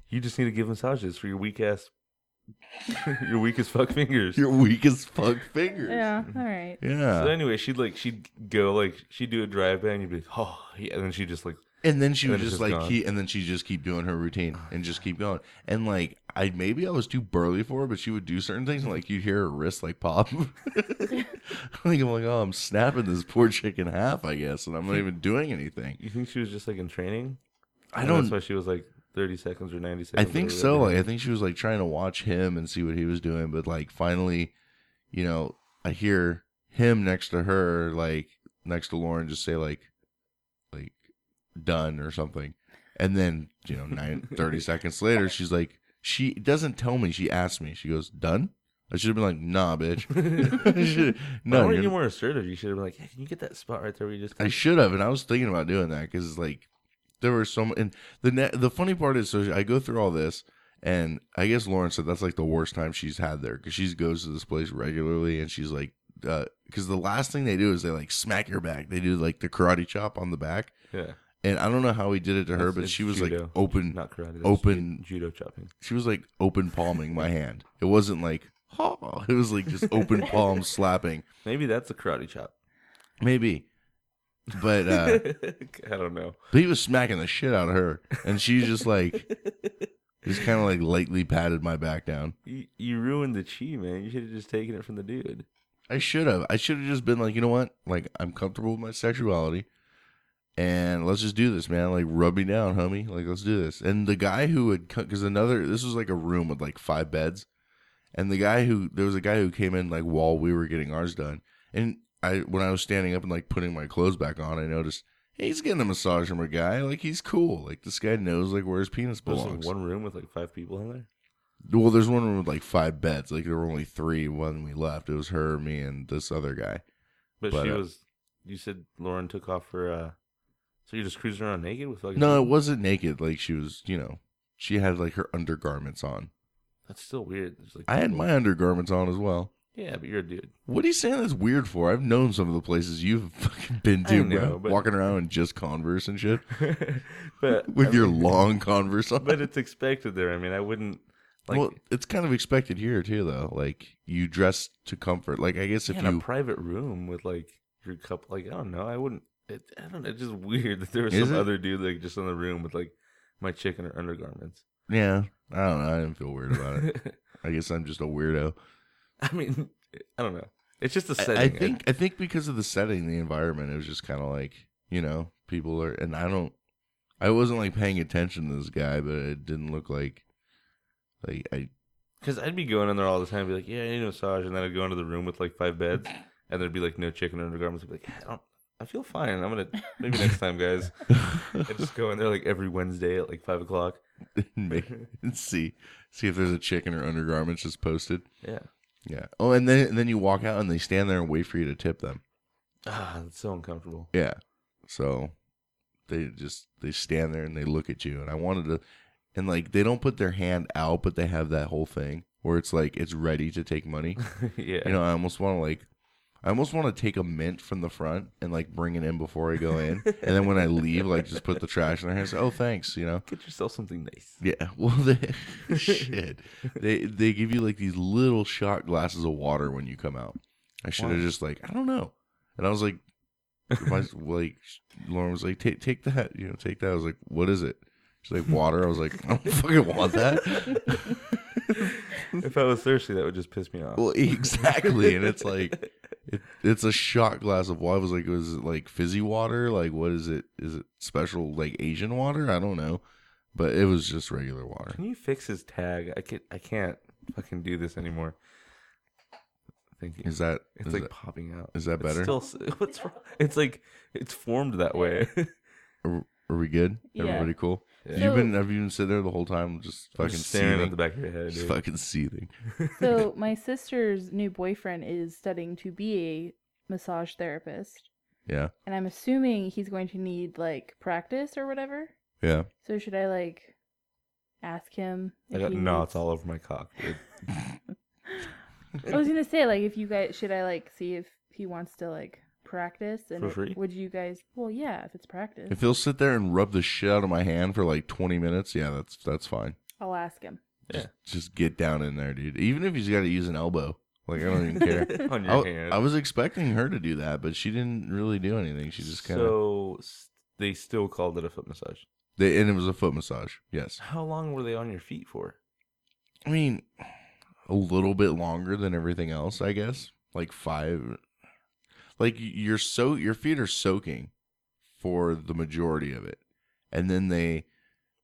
You just need to give massages for your weak ass, <laughs> your weak as fuck fingers.
your weak as fuck fingers.
Yeah, all
<laughs>
right.
Yeah.
So anyway, she'd like she'd go like she'd do a drive by and you'd be like, oh yeah, and then she would just like
And then she
And
would
then it's
just
just
like
gone.
keep, and then she just keep doing her routine and just keep going. And like I maybe I was too burly for her, but she would do certain things and like you'd hear her wrist like pop. <laughs> like I'm like, oh, I'm snapping this poor chick in half, I guess, and I'm
<laughs>
not even doing anything.
You think she was just like in training?
I
And That's
don't.
why she was like thirty seconds or ninety
I
seconds.
think
or
so. Like
whatever.
I think she was like trying to watch him and see what he was doing, but like finally, you know, I hear him next to her, like next to Lauren, just say like, like, done or something, and then you know,
<laughs>
nine, 30 seconds later, she's like, she doesn't tell me. She asks me. She goes, done. I should have been like, nah,
<laughs>
bitch. <laughs> I should-
Why
no,
weren't you
you're-
more assertive? You should have been like, "Yeah, can you get that spot right there where you just?"
I should have, and I was thinking about doing that because like there were so m- and the ne- the funny part is so I go through all this and I guess Lauren said that's like the worst time she's had there because she goes to this place regularly and she's like because the last thing they do is they like smack her back they do like the karate chop on the back
yeah,
and I don't know how he did it to her
That's-
but
it's
she was like
judo.
open
not karate. that's
open-
ju- judo chopping.
<laughs> she was like open palming my hand it wasn't like <laughs> oh it was like just
<laughs>
open palm slapping
Maybe that's a
<laughs>
karate chop. <laughs>
maybe but uh
I don't know.
But he was smacking the shit out of her, and she's just like, just kind of like lightly patted my back down.
You, you ruined the chi, man. You should have just taken it from the dude.
I should have. I should have just been like, you know what? Like, I'm comfortable with my sexuality, and let's just do this, man. Like, rub me down, homie. Like, let's do this. And the guy who would, because another, this was like a room with like five beds, and the guy who there was a guy who came in like while we were getting ours done, and I when I was standing up and like putting my clothes back on, I noticed. hey, He's getting a massage from a guy. Like he's cool. Like this guy knows like where his penis
There's
belongs.
like one room with like five people in there.
Well, there's one room with like five beds. Like there were only three when we left. It was her, me, and this other guy.
But,
But,
she
uh,
was. You said Lauren took off her. uh So you're just cruising around naked with like
No, it wasn't naked. Like she was, you know, she had like her undergarments on.
That's still weird. There's, like,
I had
people-
my undergarments on as well.
Yeah, but you're
<laughs>
a dude. <laughs>
What are you saying that's weird for? I've known some of the places you've <laughs> fucking been
I
to,
know,
bro.
but-
Walking around in just Converse and shit
but
with
I
your
mean,
long Converse on.
But it's expected there. I mean, I wouldn't like.
well, it's kind of expected here too, though. Like you dress to comfort. Like I guess
yeah,
if
in
you
a private room with like your couple, like I don't know, I wouldn't. It, I don't. know. It's just <laughs> weird that there was
Is
some
it?
other dude like just in the room with like my chick in her undergarments. <laughs>
yeah, I don't know. I didn't feel weird about it. I guess I'm just a weirdo.
I mean, I don't know. It's just a
I-
setting.
I think I think because of the setting, the environment, it was just kind of like you know people are, and I don't, I wasn't like paying attention to this guy, but it didn't look like, like I <laughs>
because I'd be going in there all the time, be like, yeah, I need a massage, and then I'd go into the room with like five beds, and there'd be like no chick in her undergarments. I'd be like, I don't. I feel fine. I'm gonna maybe next
<laughs>
time, guys. I just go in there like every Wednesday at like five o'clock.
didn't make <laughs> see see if there's a chick in her undergarments just posted.
Yeah.
Yeah. Oh, and then and then you walk out and they stand there and wait for you to tip them.
Ah, it's so uncomfortable. <laughs>
Yeah. So they just they stand there and they look at you and I wanted to and like they don't put their hand out but they have that whole thing where it's like it's ready to take money.
yeah.
You know, I almost want to like, I almost want to take a mint from the front and like bring it in before I go in, and then when I leave, like just put the trash in their hands. Oh, thanks. You know.
Get yourself something nice.
Yeah.
<laughs>
Well, they, shit. They they give you like these little shot glasses of water when you come out. I should have
Why?
just like I don't know, and I was like, my <laughs> like Lauren was like, take take that, you know, take that. I was like, what is it? She's like, water. I was like, I don't <laughs> fucking want that.
<laughs> if I was thirsty, that would just piss me off. <laughs>
Well, exactly, and it's like it, it's a shot glass of water. I was like, was it like fizzy water? Like, what is it? Is it special like Asian water? I don't know, but it was just regular water.
Can you fix his tag? I can I can't fucking do this anymore. Thank you.
Is that
it's
is
like
that-
popping out.
is that
It's
better?
still s- <laughs> what's wrong? It's like it's formed that way. <laughs>
are, are we good?
Yeah.
Everybody cool?
Yeah.
You've
So-
been have you been sitting there the whole time just fucking
Just staring at
seething?
the back of your head.
Just
dude.
fucking seething.
So my sister's new boyfriend is studying to be a massage therapist,
Yeah,
and I'm assuming he's going to need like practice or whatever.
yeah.
So should I like ask him?
I
if
got
he
knots
needs-
all over my cock. Dude. <laughs>
I was gonna say like if you guys should I like see if he wants to like practice and
For
it-
free?
would you guys? Well, yeah, if it's practice,
If he'll sit there and rub the shit out of my hand for like twenty minutes, yeah, that's that's fine.
I'll ask him.
Yeah.
Just get down in there, dude. Even if he's got to use an elbow, like I don't
<laughs>
even care.
On your
I,
hand.
I was expecting her to do that, but she didn't really do anything. She just kind of
so s- they still called it a foot massage.
They, and it was a foot massage. Yes.
How long were they on your feet for?
I mean, a little bit longer than everything else, I guess. Like five. Like you're so your feet are soaking for the majority of it, and then they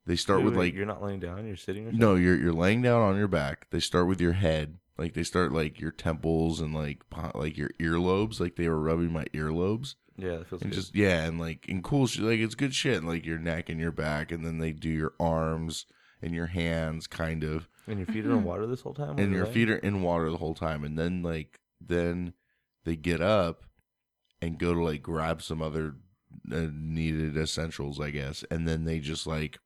they start
Wait,
with
wait,
like
you're not laying down, you're sitting. Or something?
no, you're you're laying down on your back. They start with your head. Like they start like your temples and like behi- like your earlobes. Like they were rubbing my earlobes.
Yeah, that feels
and
good.
just yeah, and like and cool shit. Like it's good shit. and, Like your neck and your back, and then they do your arms and your hands, kind of.
and your feet are in water this whole time.
And your feet are in water the whole time, and then like then they get up and go to like grab some other uh, needed essentials, I guess. And then they just like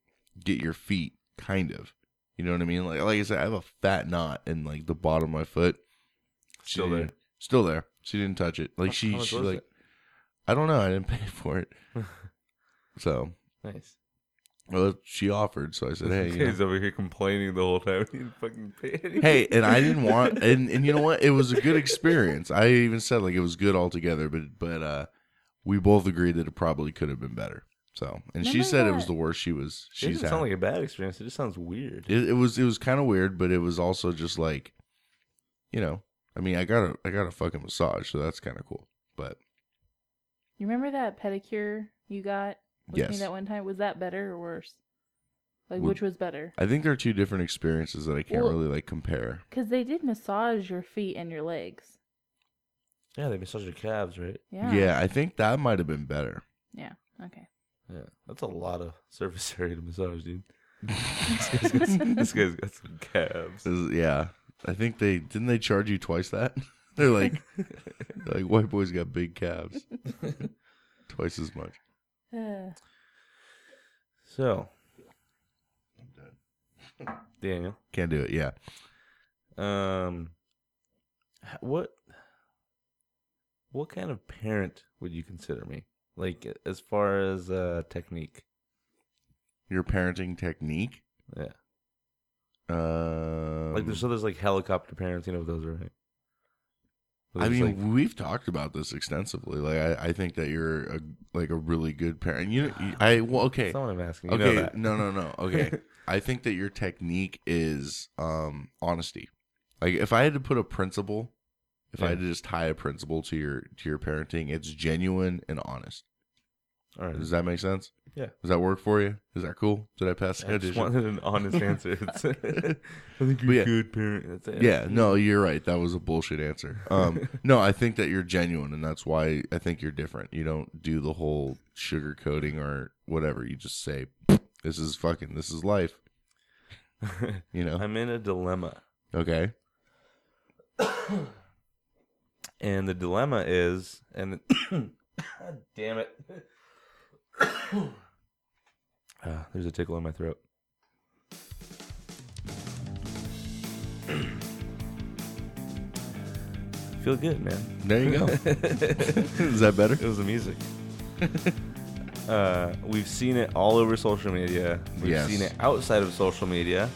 get your feet, kind of. You know what I mean? Like like I said, I have a fat knot in like the bottom of my foot. She
Still there.
didn't- Still there. She didn't touch it. Like
How-
she
how much
she
was
like I don't know. I didn't <laughs> pay for it.
it?
So
nice.
well, she offered, so I said, "Hey,
This
you know.
guy's over here complaining the whole time. <laughs> He didn't fucking pay anything.
hey," and I didn't want, and and you know what? It was a good experience. I even said like it was good altogether, but but uh, we both agreed that it probably could have been better. So, and she
Remember
said it
that-
was the worst she was
It
she's
doesn't
had.
sound like a bad experience. It just sounds weird.
it, it was it was kind of weird, but it was also just like, you know, I mean, I got a I got a fucking massage, so that's kind of cool. But
You remember that pedicure you got with me
Yes.
that one time? Was that better or worse? Like,
Would-
which was better?
I think there are two different experiences that I can't
Well-
really like compare.
Because they did massage your feet and your legs.
Yeah, they massage your calves, right?
Yeah.
yeah I think that might have been better.
Yeah. Okay.
Yeah, that's a lot of <laughs> surface area to
<laughs>
massage, dude. this, guy's got some, this guy's got some calves.
Is- Yeah, I think they didn't they charge you twice that. <laughs> They're like, they're like white boys got big
<laughs>
calves, twice as much.
Uh,
So, Daniel,
Can't do it. Yeah,
um, h- what what kind of parent would you consider me? Like a- as far as uh technique,
your parenting technique.
yeah.
Um,
Like there's so there's like helicopter parents, you know what those are, right? Where
I
there's,
mean,
like-
we've talked about this extensively. Like, I, I think that you're a, like a really good parent. You, know, I well, okay,
that's not what I'm asking. You know
okay,
that.
no, no, no.
<laughs>
Okay, I think that your technique is um honesty. Like, if I had to put a principle, if I
Yeah.
had to just tie a principle to your to your parenting, it's genuine and honest.
All right.
Does that make sense?
Yeah.
Does that work for you? Is that cool? Did I pass the
I just
audition?
wanted an
<laughs>
honest answer. <laughs> It's- I think
But
you're
yeah.
a good parent. That's it. <laughs>
yeah, no, you're right. That was a bullshit answer. Um, no, I think that you're genuine, and that's why I think you're different. You don't do the whole sugarcoating or whatever. You just say, "This is fucking. This is
<laughs>
life." You know.
I'm in a dilemma.
okay.
And the dilemma is, and <coughs> God damn it. <coughs> Ah, there's a tickle in my throat. <coughs> Feel good, man.
There you go. is that better?
It was the music. <laughs> uh, we've seen it all over social media. We've
Yes.
seen it outside of social media.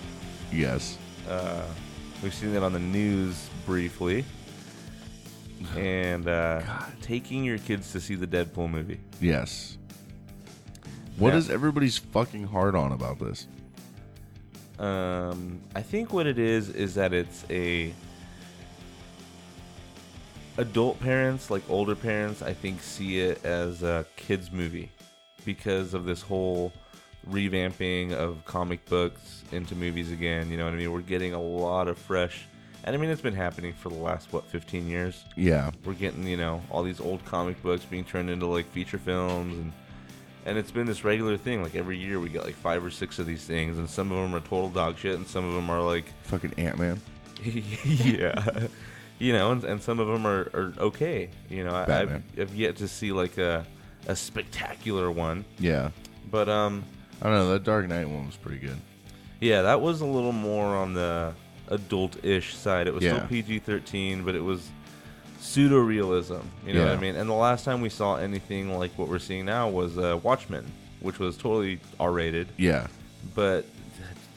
Yes.
Uh, we've seen it on the news briefly. And uh, taking your kids to see the Deadpool movie.
Yes. What
Yeah.
is everybody's fucking hard on about this?
Um, I think what it is is that it's a adult parents, like older parents, I think see it as a kids movie because of this whole revamping of comic books into movies again. You know what I mean? We're getting a lot of fresh, and I mean it's been happening for the last what 15 years.
Yeah.
we're getting you know all these old comic books being turned into like feature films and and it's been this regular thing like every year we get like five or six of these things and some of them are total dog shit and some of them are like <laughs>
Fucking Ant Man.
yeah you know and, and some of them are, are okay you know I, I've,
Batman.
I've yet to see like a, a spectacular one
Yeah.
but um
I don't know. That Dark Knight one was pretty good.
Yeah, that was a little more on the adult-ish side. It was
Yeah.
still PG-13, but it was pseudo-realism. You know what
Yeah.
I mean? And the last time we saw anything like what we're seeing now was uh, Watchmen, which was totally R-rated,
Yeah.
but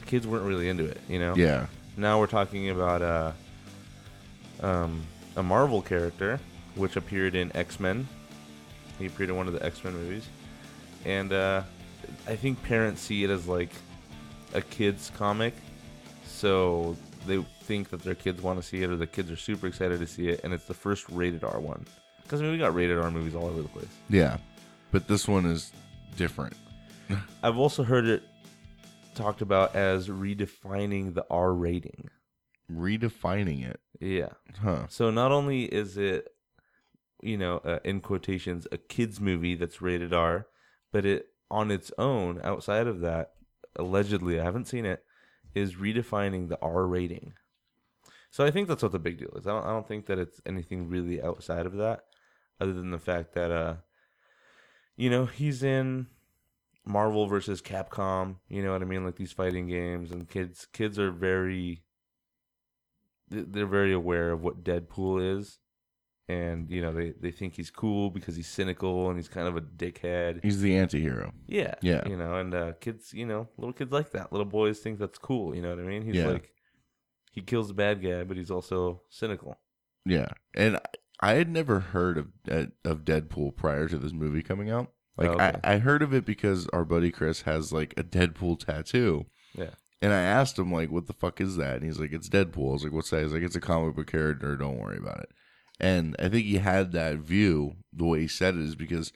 kids weren't really into it. You know?
Yeah.
Now we're talking about uh, um, a Marvel character, which appeared in X Men. He appeared in one of the X Men movies, and uh, I think parents see it as like a kids comic, so they think that their kids want to see it, or the kids are super excited to see it, and it's the first rated R one. Because I mean, we got rated R movies all over the place.
Yeah, but this one is different.
I've also heard it talked about as redefining the R rating.
Redefining it,
Yeah.
huh?
So not only is it, you know, uh, in quotations, a kids movie that's rated R, but it on its own, outside of that, allegedly, I haven't seen it, is redefining the R rating. So I think that's what the big deal is. I don't, I don't think that it's anything really outside of that, other than the fact that, uh, you know, he's in Marvel versus Capcom. You know what I mean? Like these fighting games, and kids kids are very th- they're very aware of what Deadpool is, and you know they they think he's cool because he's cynical and he's kind of a dickhead.
He's the anti-hero.
Yeah,
Yeah.
You know, and uh, kids, you know, little kids like that. Little boys think that's cool. You know what I mean? He's
Yeah.
like he kills the bad guy, but he's also cynical.
Yeah, and I had never heard of uh, of Deadpool prior to this movie coming out. Like
Oh, okay.
I, I heard of it because our buddy Chris has like a Deadpool tattoo.
Yeah.
And I asked him like, "What the fuck is that?" And he's like, "It's Deadpool." I was like, "What's that?" He's like, "It's a comic book character. Don't worry about it." And I think he had that view the way he said it is because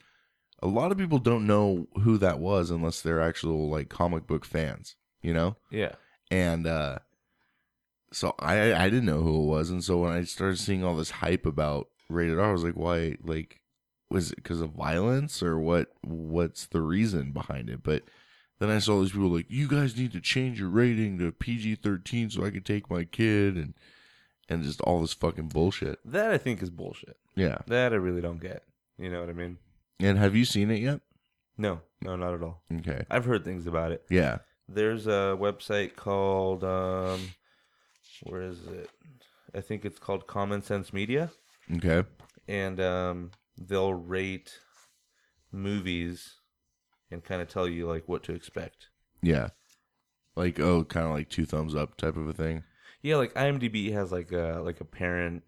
a lot of people don't know who that was unless they're actual like comic book fans, you know?
Yeah,
and uh so i i didn't know who it was and so when i started seeing all this hype about rated r i was like why like was it because of violence or what what's the reason behind it but then i saw these people like you guys need to change your rating to pg-13 so i could take my kid and and just all this fucking bullshit
that I think is bullshit.
yeah
That I really don't get. You know what I mean?
and have you seen it yet
No, no, not at all.
okay
I've heard things about it.
yeah
There's a website called um, where is it? I think it's called Common Sense Media.
okay
and um, they'll rate movies and kind of tell you like what to expect.
yeah like oh kind of like two thumbs up type of a thing
Yeah, like IMDb has like a like a parent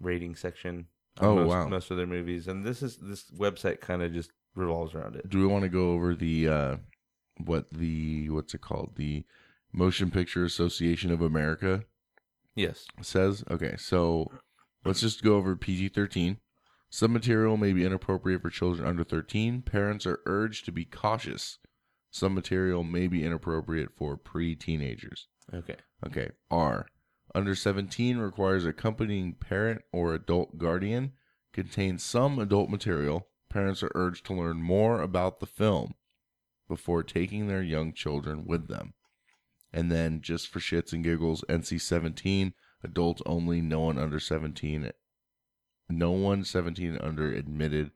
rating section.
Oh,
most,
wow.
Most of their movies, and this is this website kind of just revolves around it.
do we want to go over the uh what the what's it called the motion picture association of america
Yes.
says okay so let's just go over pg-13 some material may be inappropriate for children under 13 parents are urged to be cautious some material may be inappropriate for pre-teenagers
Okay.
Okay. R. Under 17 requires accompanying parent or adult guardian, contains some adult material. Parents are urged to learn more about the film before taking their young children with them. And then, just for shits and giggles, NC 17, adults only, no one under 17, no one 17 and under admitted.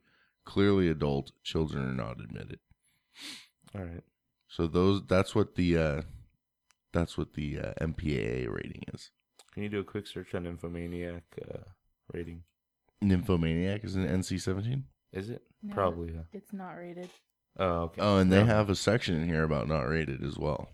Clearly adult, children are not admitted.
All right.
So those that's what the uh that's what the uh, MPAA rating is.
Can you do a quick search on Infomaniac uh, rating?
Nymphomaniac is an NC seventeen.
Is it
No.
probably? Yeah.
It's not rated.
Oh, okay.
Oh, and they
Yeah.
have a section in here about not rated as well.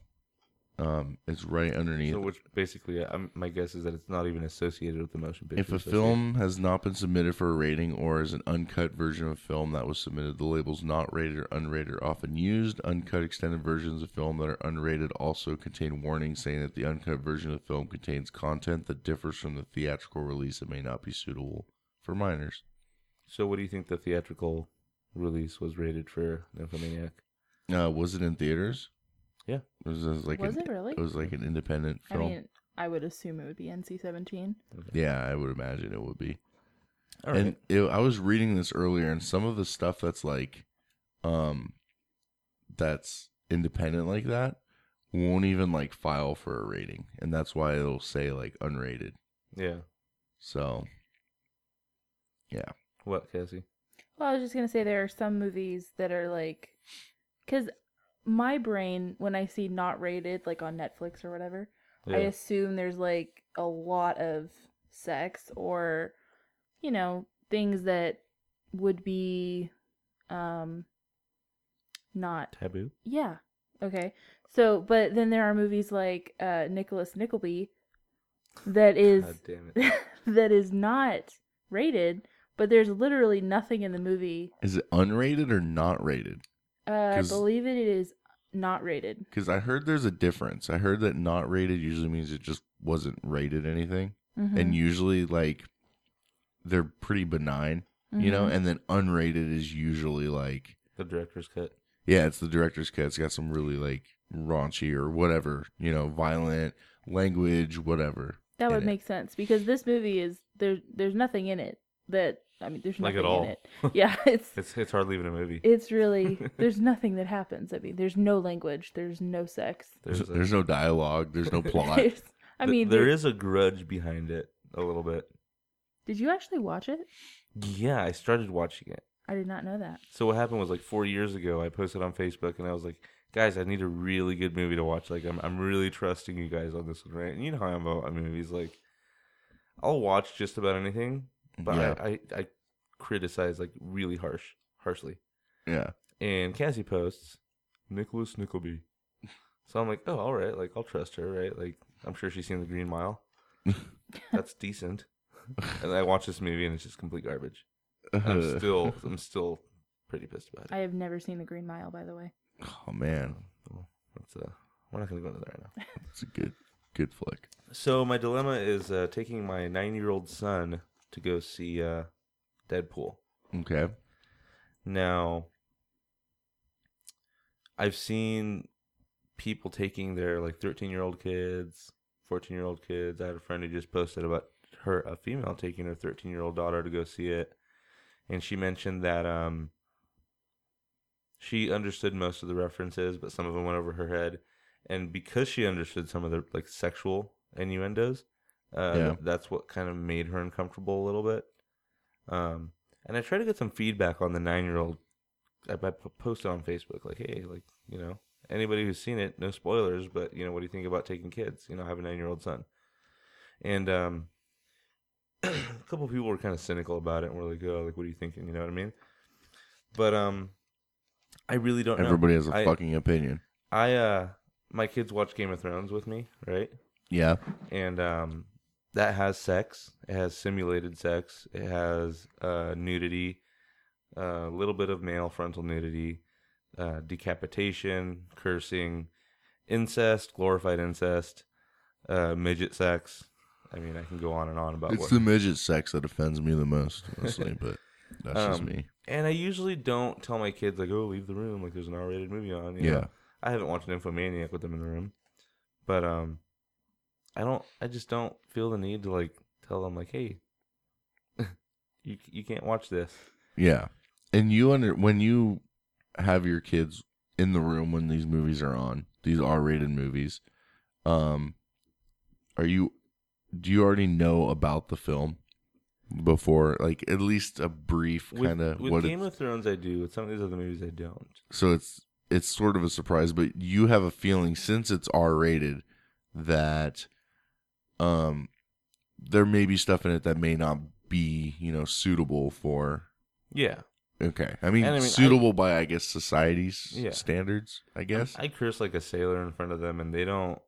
Um, it's right underneath.
So, which basically, i my guess is that it's not even associated with the motion picture.
if a
Association.
film has not been submitted for a rating or is an uncut version of a film that was submitted, the labels not rated or unrated are often used. Uncut extended versions of film that are unrated also contain warnings saying that the uncut version of the film contains content that differs from the theatrical release that may not be suitable for minors.
So, what do you think the theatrical release was rated for Nymphomaniac?
Uh, was it in theaters?
Yeah.
It was, uh, like
Was
an-
it really?
It was like an independent
I
film.
mean, I would assume it would be NC-17.
Yeah, I would imagine it would be.
All
and it, I was reading this earlier, and some of the stuff that's like, um, that's independent like that won't even like file for a rating, and that's why it'll say like unrated.
yeah.
So, yeah,
What, Cassie?
Well, I was just gonna say there are some movies that are like, because my brain when I see not rated like on Netflix or whatever, I
Yeah.
assume there's like a lot of sex or, you know, things that would be, um, not
Taboo.
yeah. Okay. So, but then there are movies like uh Nicholas Nickleby that is
God damn it.
that is not rated, but there's literally nothing in the movie.
is it unrated or not rated?
Uh, I
'Cause-
believe it is not rated.
Because I heard there's a difference. I heard that not rated usually means it just wasn't rated anything,
Mm-hmm,
and usually like they're pretty benign,
mm-hmm.
you know. And then unrated is usually like
The director's cut.
yeah, it's the director's cut. It's got some really like raunchy or whatever, you know, violent language, whatever.
That
in
would
it.
make sense because this movie is there. There's nothing in it that I mean. There's
Like
nothing
at all.
in it.
<laughs>
Yeah, <laughs> it's
It's it's hardly even a movie.
it's
<laughs>
really there's nothing that happens. I mean, there's no language. There's no sex. <laughs>
There's,
a-
there's no dialogue. There's no
<laughs>
plot.
There's, I
th-
mean,
there
there-
is a grudge behind it a little bit.
Did you actually watch it?
Yeah, I started watching it.
I did not know that.
So what happened was like four years ago, I posted on Facebook and I was like, guys, I need a really good movie to watch. Like, I'm I'm really trusting you guys on this one, right? And you know how I'm about movies. Like, I'll watch just about anything, but
yeah,
I, I I criticize like really harsh, harshly.
yeah.
And Cassie posts Nicholas Nickleby. So I'm like, oh, all right. Like, I'll trust her, right? Like, I'm sure she's seen The Green Mile. That's decent. And I watch this movie, and it's just complete garbage.
<laughs>
I'm still, I'm still pretty pissed about it.
I have never seen The Green Mile, by the way.
oh man,
That's uh, we're not gonna go into that right now.
it's a good good flick.
So my dilemma is uh, taking my nine-year-old son to go see uh, Deadpool.
Okay.
Now, I've seen people taking their like 13 year old kids, 14 year old kids. I had a friend who just posted about her, a female taking her 13 year old daughter to go see it. And she mentioned that um, she understood most of the references, but some of them went over her head. And because she understood some of the like sexual innuendos, uh,
Yeah.
that's what kind of made her uncomfortable a little bit. Um, and I try to get some feedback on the nine year old. I, I p- posted on Facebook like, hey, like you know, anybody who's seen it, no spoilers, but you know, what do you think about taking kids? You know, I have a nine year old son, and um, <clears throat> a couple people were kind of cynical about it and were like, oh, like what are you thinking? You know what I mean? But um, I really don't. know.
Everybody has a
I-
fucking opinion.
I uh, my kids watch Game of Thrones with me, right?
Yeah.
and um, that has sex. It has simulated sex. It has uh, nudity, a little bit of male frontal nudity, uh, decapitation, cursing, incest, glorified incest, uh, midget sex. I mean, I can go on and on about
It's
what.
the midget sex that offends me the most, honestly, but that's just
Um,
me.
and I usually don't tell my kids like, "Oh, leave the room." Like, there's an R-rated movie on. You
Yeah.
Know? I haven't watched Infomaniac with them in the room, but um, I don't. I just don't feel the need to like tell them like, hey, <laughs> you you can't watch this.
Yeah. And you under when you have your kids in the room when these movies are on, these R-rated movies, um are you do you already know about the film before like at least a brief
With,
kind of
with
what it,
Game of Thrones, I do. With some of these other movies, I don't.
so it's it's sort of a surprise but you have a feeling since it's r-rated that um there may be stuff in it that may not be you know suitable for
Yeah,
okay i mean,
And I mean, I-
suitable by i guess society's
Yeah.
standards i guess
I curse like a sailor in front of them, and they don't.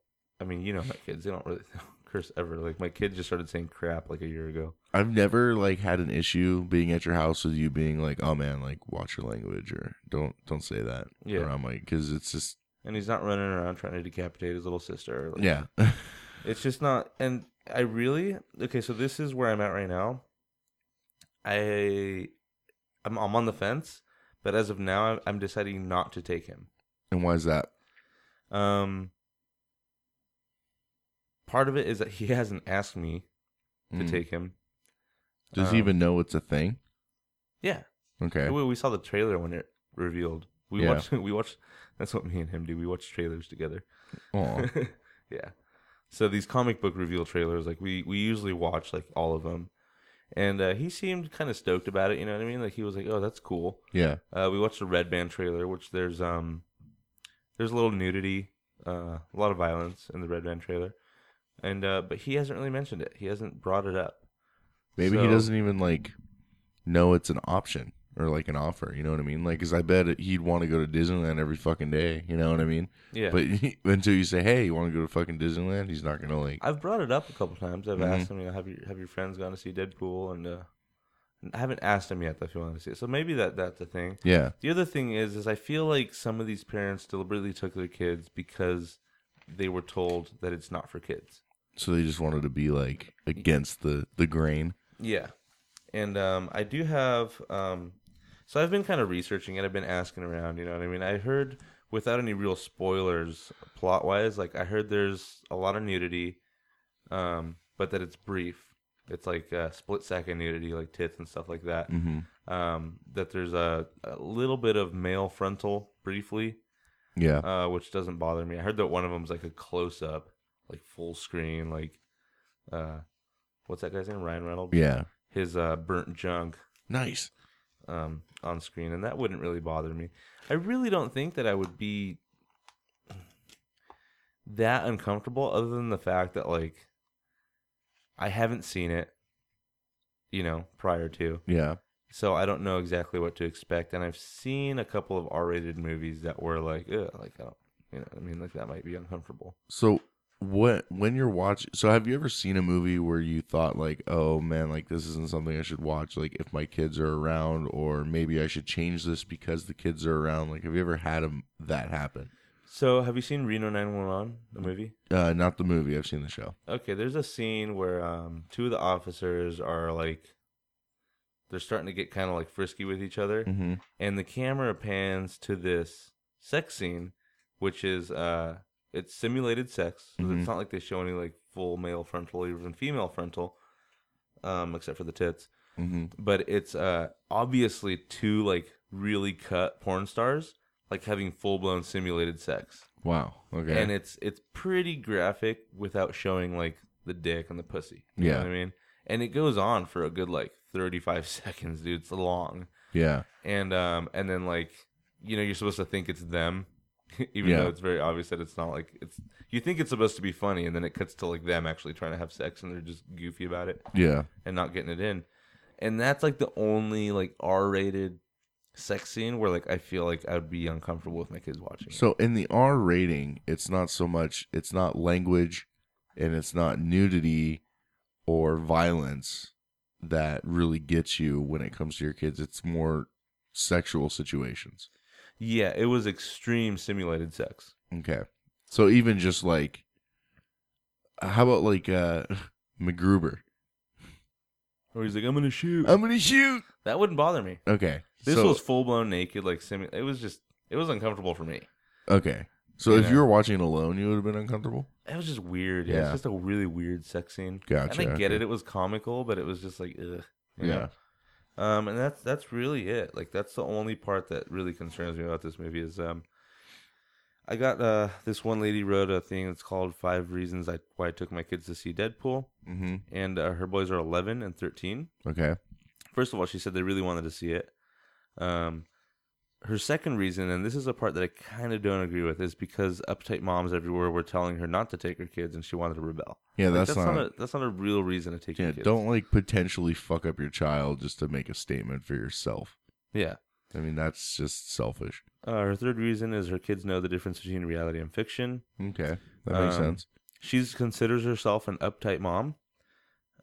I mean, you know my kids; they don't <laughs> really curse ever. Like my kid just started saying crap like a year ago.
i've never like had an issue being at your house with you being like oh man like watch your language or don't don't say that
Yeah.
around like because it's just
And he's not running around trying to decapitate his little sister. Like,
yeah <laughs>
It's just not. And I really okay. So this is where I'm at right now. I I'm, I'm on the fence, but as of now, I'm, I'm deciding not to take him.
and why is that
Um, part of it is that he <laughs> hasn't asked me to
Mm.
take him.
does
um,
he even know it's a thing
Yeah,
okay
we, we saw the trailer when it revealed. We
Yeah.
watched. <laughs> We watched. That's what me and him do. We watch trailers together. <laughs>
Aw.
yeah. So these comic book reveal trailers, like we we usually watch like all of them, and uh, he seemed kind of stoked about it. You know what I mean? Like he was like, "Oh, that's cool."
yeah
Uh, we watched the Red Band trailer, which there's um there's a little nudity, uh, a lot of violence in the Red Band trailer, and uh, but he hasn't really mentioned it. He hasn't brought it up.
Maybe he
So-
doesn't even like know it's an option or like an offer. You know what I mean? Like, because I bet he'd want to go to Disneyland every fucking day. You know what I mean?
Yeah.
But <laughs> until you say, "Hey, you want to go to fucking Disneyland?" He's not gonna like.
I've brought it up a couple times. I've
Mhm.
asked him, you know, have your have your friends gone to see Deadpool? And uh, I haven't asked him yet if he wanted to see it. So maybe that that's a thing.
Yeah.
The other thing is, is I feel like some of these parents deliberately took their kids because they were told that it's not for kids.
So they just wanted to be like against the the grain.
Yeah, and um, I do have. Um, so I've been kind of researching it. I've been asking around. You know what I mean? I heard without any real spoilers, plot wise, like I heard there's a lot of nudity, um, but that it's brief. It's like uh, split second nudity, like tits and stuff like that.
Mm-hmm.
Um, that there's a, a little bit of male frontal briefly,
Yeah.
uh, which doesn't bother me. I heard that one of them's like a close up, like full screen, like uh, what's that guy's name? Ryan Reynolds
yeah.
his uh, burnt junk
Nice.
um, on screen, and that wouldn't really bother me. I really don't think that I would be that uncomfortable, other than the fact that like I haven't seen it, you know, prior to,
Yeah.
so I don't know exactly what to expect. And I've seen a couple of R-rated movies that were like, Ugh, like I don't, you know, what I mean, like that might be uncomfortable.
So what when you're watching so have you ever seen a movie where you thought like, "Oh man, like this isn't something I should watch like if my kids are around or maybe I should change this because the kids are around." Like have you ever had 'em- that happen?
So, have you seen Reno 911, the movie?
Uh not the movie, I've seen the show.
Okay, there's a scene where um two of the officers are like they're starting to get kind of like frisky with each other
Mhm.
and the camera pans to this sex scene which is uh it's simulated sex. So
Mhm.
It's not like they show any like full male frontal or even female frontal um except for the tits,
Mhm.
but it's uh obviously two like really cut porn stars like having full-blown simulated sex
Wow. Okay.
and it's it's pretty graphic without showing like the dick and the pussy. You
Yeah.
know what I mean? And it goes on for a good like 35 <laughs> seconds, dude. It's long.
yeah.
And um and then like you know you're supposed to think it's them <laughs> even
Yeah.
though it's very obvious that it's not like it's you think it's supposed to be funny and then it cuts to like them actually trying to have sex and they're just goofy about it
Yeah.
and not getting it in. And that's like the only like R-rated sex scene where like I feel like I'd be uncomfortable with my kids watching. it.
So in the R rating, it's not so much it's not language and it's not nudity or violence that really gets you when it comes to your kids. It's more sexual situations.
Yeah, it was extreme simulated sex.
Okay. So even just like how about like uh <laughs> MacGruber?
Where he's like, "I'm gonna shoot."
I'm gonna shoot.
that wouldn't bother me.
Okay.
This
Um, so,
was full blown naked, like simu- It was just, it was uncomfortable for me.
Okay. So
you
if
know.
you were watching it alone, you would have been uncomfortable?
It was just weird. Yeah, it's
Yeah.
just a really weird sex scene.
Gotcha,
And I get
okay.
it; it was comical, but it was just like, ugh. you know? Um, and that's that's really it. Like that's the only part that really concerns me about this movie is um, I got uh this one lady wrote a thing that's called Five Reasons I Why I Took My Kids to See Deadpool,
hmm
and uh, her boys are eleven and thirteen.
Okay.
First of all, she said they really wanted to see it. Um, her second reason, and this is a part that I kind of don't agree with, is because uptight moms everywhere were telling her not to take her kids, and she wanted to rebel.
Yeah,
Like,
that's, not
a, that's not a real reason to take
Yeah,
your kids.
don't like potentially fuck up your child just to make a statement for yourself.
Yeah.
I mean, that's just selfish.
Uh, her third reason is her kids know the difference between reality and fiction.
Okay, that makes
Um,
sense.
She considers herself an uptight mom,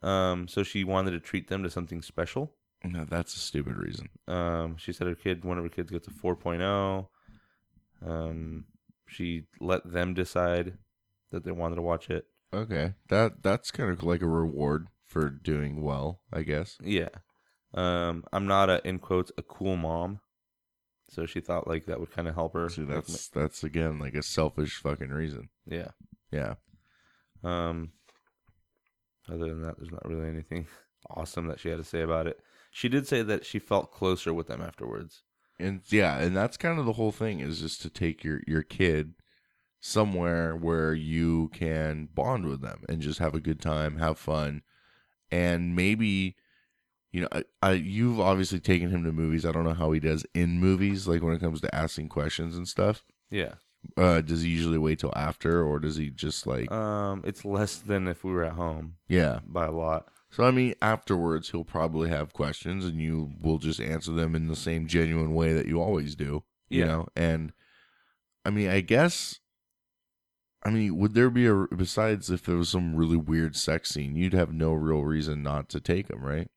um, so she wanted to treat them to something special.
No, that's a stupid reason.
Um, she said her kid, one of her kids, gets a 4.0. Um, she let them decide that they wanted to watch it.
Okay, that that's kind of like a reward for doing well, I guess.
Yeah. Um, I'm not a in quotes a cool mom, so she thought like that would kind of help her.
See, that's that's again like a selfish fucking reason.
yeah.
Yeah,
Um, other than that, there's not really anything <laughs> awesome that she had to say about it. She did say that she felt closer with them afterwards.
and yeah, and that's kind of the whole thing is just to take your your kid somewhere where you can bond with them and just have a good time, have fun, and maybe you know I, I you've obviously taken him to movies i don't know how he does in movies like when it comes to asking questions and stuff
Yeah.
uh does he usually wait till after or does he just like
Um, it's less than if we were at home
yeah
by a lot.
so i mean afterwards he'll probably have questions and you will just answer them in the same genuine way that you always do you
Yeah.
know and i mean i guess i mean would there be a besides if there was some really weird sex scene you'd have no real reason not to take him right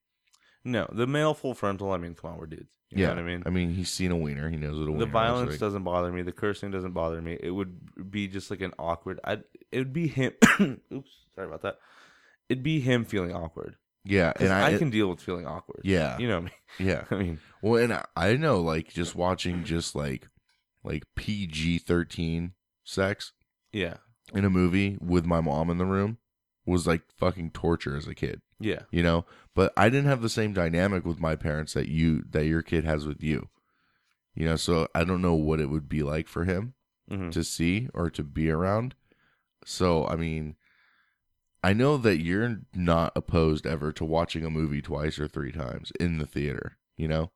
No, the male full frontal. I mean, come on, we're dudes. You
yeah,
know what I mean.
I mean, he's seen a wiener. He knows what a wiener
the
looks
violence
like.
doesn't bother me. The cursing doesn't bother me. It would be just like an awkward. I. It would be him. <coughs> oops, sorry about that. It'd be him feeling awkward.
Yeah,
'Cause
and I,
I, can deal with feeling awkward.
Yeah.
you know me.
yeah.
I mean, <laughs>
Well, and I- I know, like, just watching just like, like PG thirteen sex
yeah,
in a movie with my mom in the room was like fucking torture as a kid,
yeah,
you know. But I didn't have the same dynamic with my parents that you that your kid has with you, you know. So I don't know what it would be like for him <laughs>
hmm
to see or to be around. So I mean, I know that you're not opposed ever to watching a movie twice or three times in the theater, you know.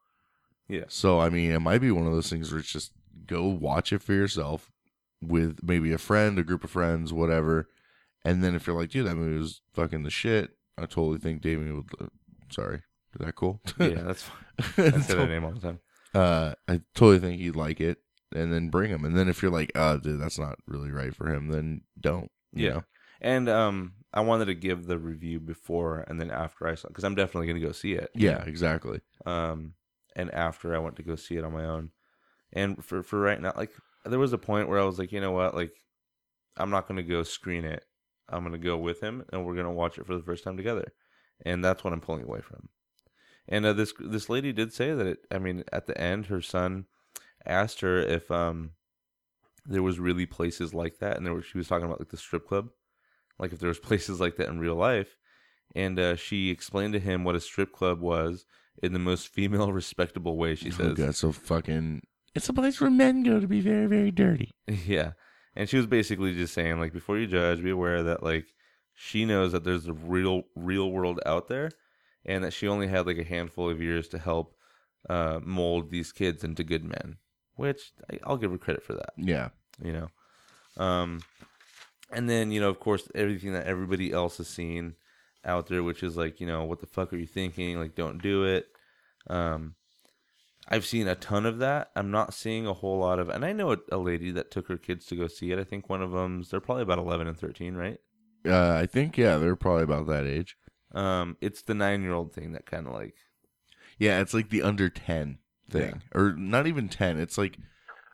yeah.
So I mean, it might be one of those things where it's just go watch it for yourself with maybe a friend, a group of friends, whatever. And then if you're like, dude, that movie was fucking the shit, I totally think Damien would. uh, sorry, is that cool? <laughs>
Yeah, that's fine. <laughs> I say that name all the time.
uh, I totally think he'd like it. And then bring him. And then if you're like, uh, dude, that's not really right for him, then don't. you
Yeah.
know?
And um, I wanted to give the review before and then after I saw because I'm definitely gonna go see it.
Yeah, exactly.
Um, and after I went to go see it on my own, and for for right now, like there was a point where I was like, you know what, like I'm not gonna go screen it. I'm gonna go with him, and we're gonna watch it for the first time together. And that's what I'm pulling away from. And uh, this this lady did say that it. I mean, at the end, her son asked her if um there was really places like that, and there were, she was talking about like the strip club, like if there was <laughs> places like that in real life. And uh, she explained to him what a strip club was in the most <laughs> female respectable way.
<laughs>
She
oh,
says,
God, so fucking. It's a place where men go to be very, very dirty.
<laughs> Yeah. And she was basically just saying, like, before you judge, be aware that like she knows that there's a real real world out there and that she only had like a handful of years to help uh mold these kids into good men. Which I, I'll give her credit for that,
Yeah.
you know. Um and then, you know, of course, everything that everybody else has seen out there, which is like, you know, what the fuck are you thinking? Like, don't do it. Um, I've seen a ton of that. I'm not seeing a whole lot of, and I know a, a lady that took her kids to go see it. I think one of them's they're probably about 11 and 13, right?
Uh, I think, yeah, they're probably about that age.
Um, it's the nine year old thing that kind of like,
Yeah, it's like the under 10 thing. Or not even 10. It's like,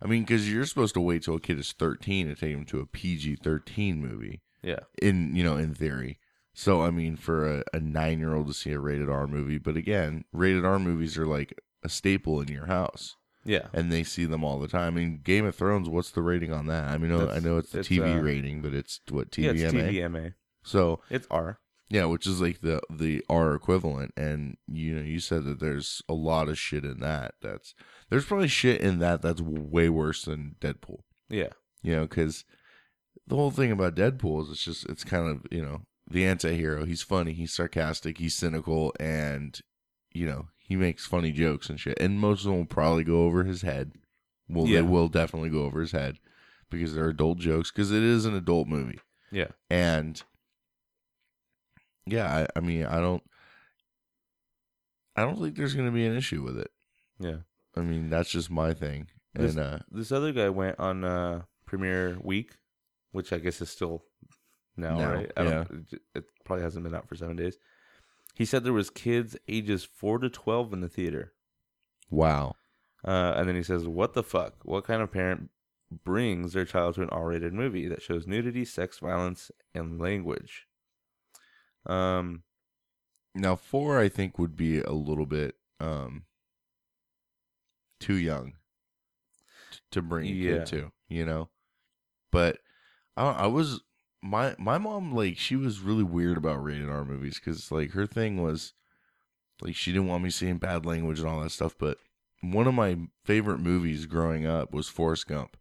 I mean, because you're supposed to wait till a kid is 13 to take him to a PG 13 movie,
yeah,
in, you know, in theory. So, I mean, for a, a nine year old to see a rated R movie, but again, rated R movies are like a staple in your house
yeah,
and they see them all the time. I mean, Game of Thrones, what's the rating on that? I mean, I know- I
That's-
know it's the
it's,
TV
uh,
rating, but it's what,
yeah.
TVMA?
It's TVMA.
So,
It's R.
yeah, which is like the the R equivalent, and you know, you said that there's a lot of shit in that. That's there's probably shit in that that's way worse than Deadpool.
Yeah,
You know, because the whole thing about Deadpool is it's just it's kind of you know the anti-hero. He's funny, he's sarcastic, he's cynical, and you know he makes funny jokes and shit. And most of them will probably go over his head. Well,
Yeah.
they will definitely go over his head because they're adult jokes. Because it is an adult movie
yeah,
and yeah I, I mean i don't i don't think there's going to be an issue with it
yeah.
i mean that's just my thing
This-
and uh
This other guy went on uh premiere week, which I guess is still now,
Now,
right? I don't, it probably hasn't been out for seven days. He said there was kids ages four to twelve in the theater.
wow
Uh, and then he says, "What the fuck? What kind of parent brings their child to an R-rated movie that shows nudity, sex, violence, and language?" Um,
now four i think would be a little bit um too young t- to bring a
Yeah.
kid to you know but I, don't- I was my my mom like she was really weird about rated r movies because like her thing was like she didn't want me seeing bad language and all that stuff but one of my favorite movies growing up was forrest gump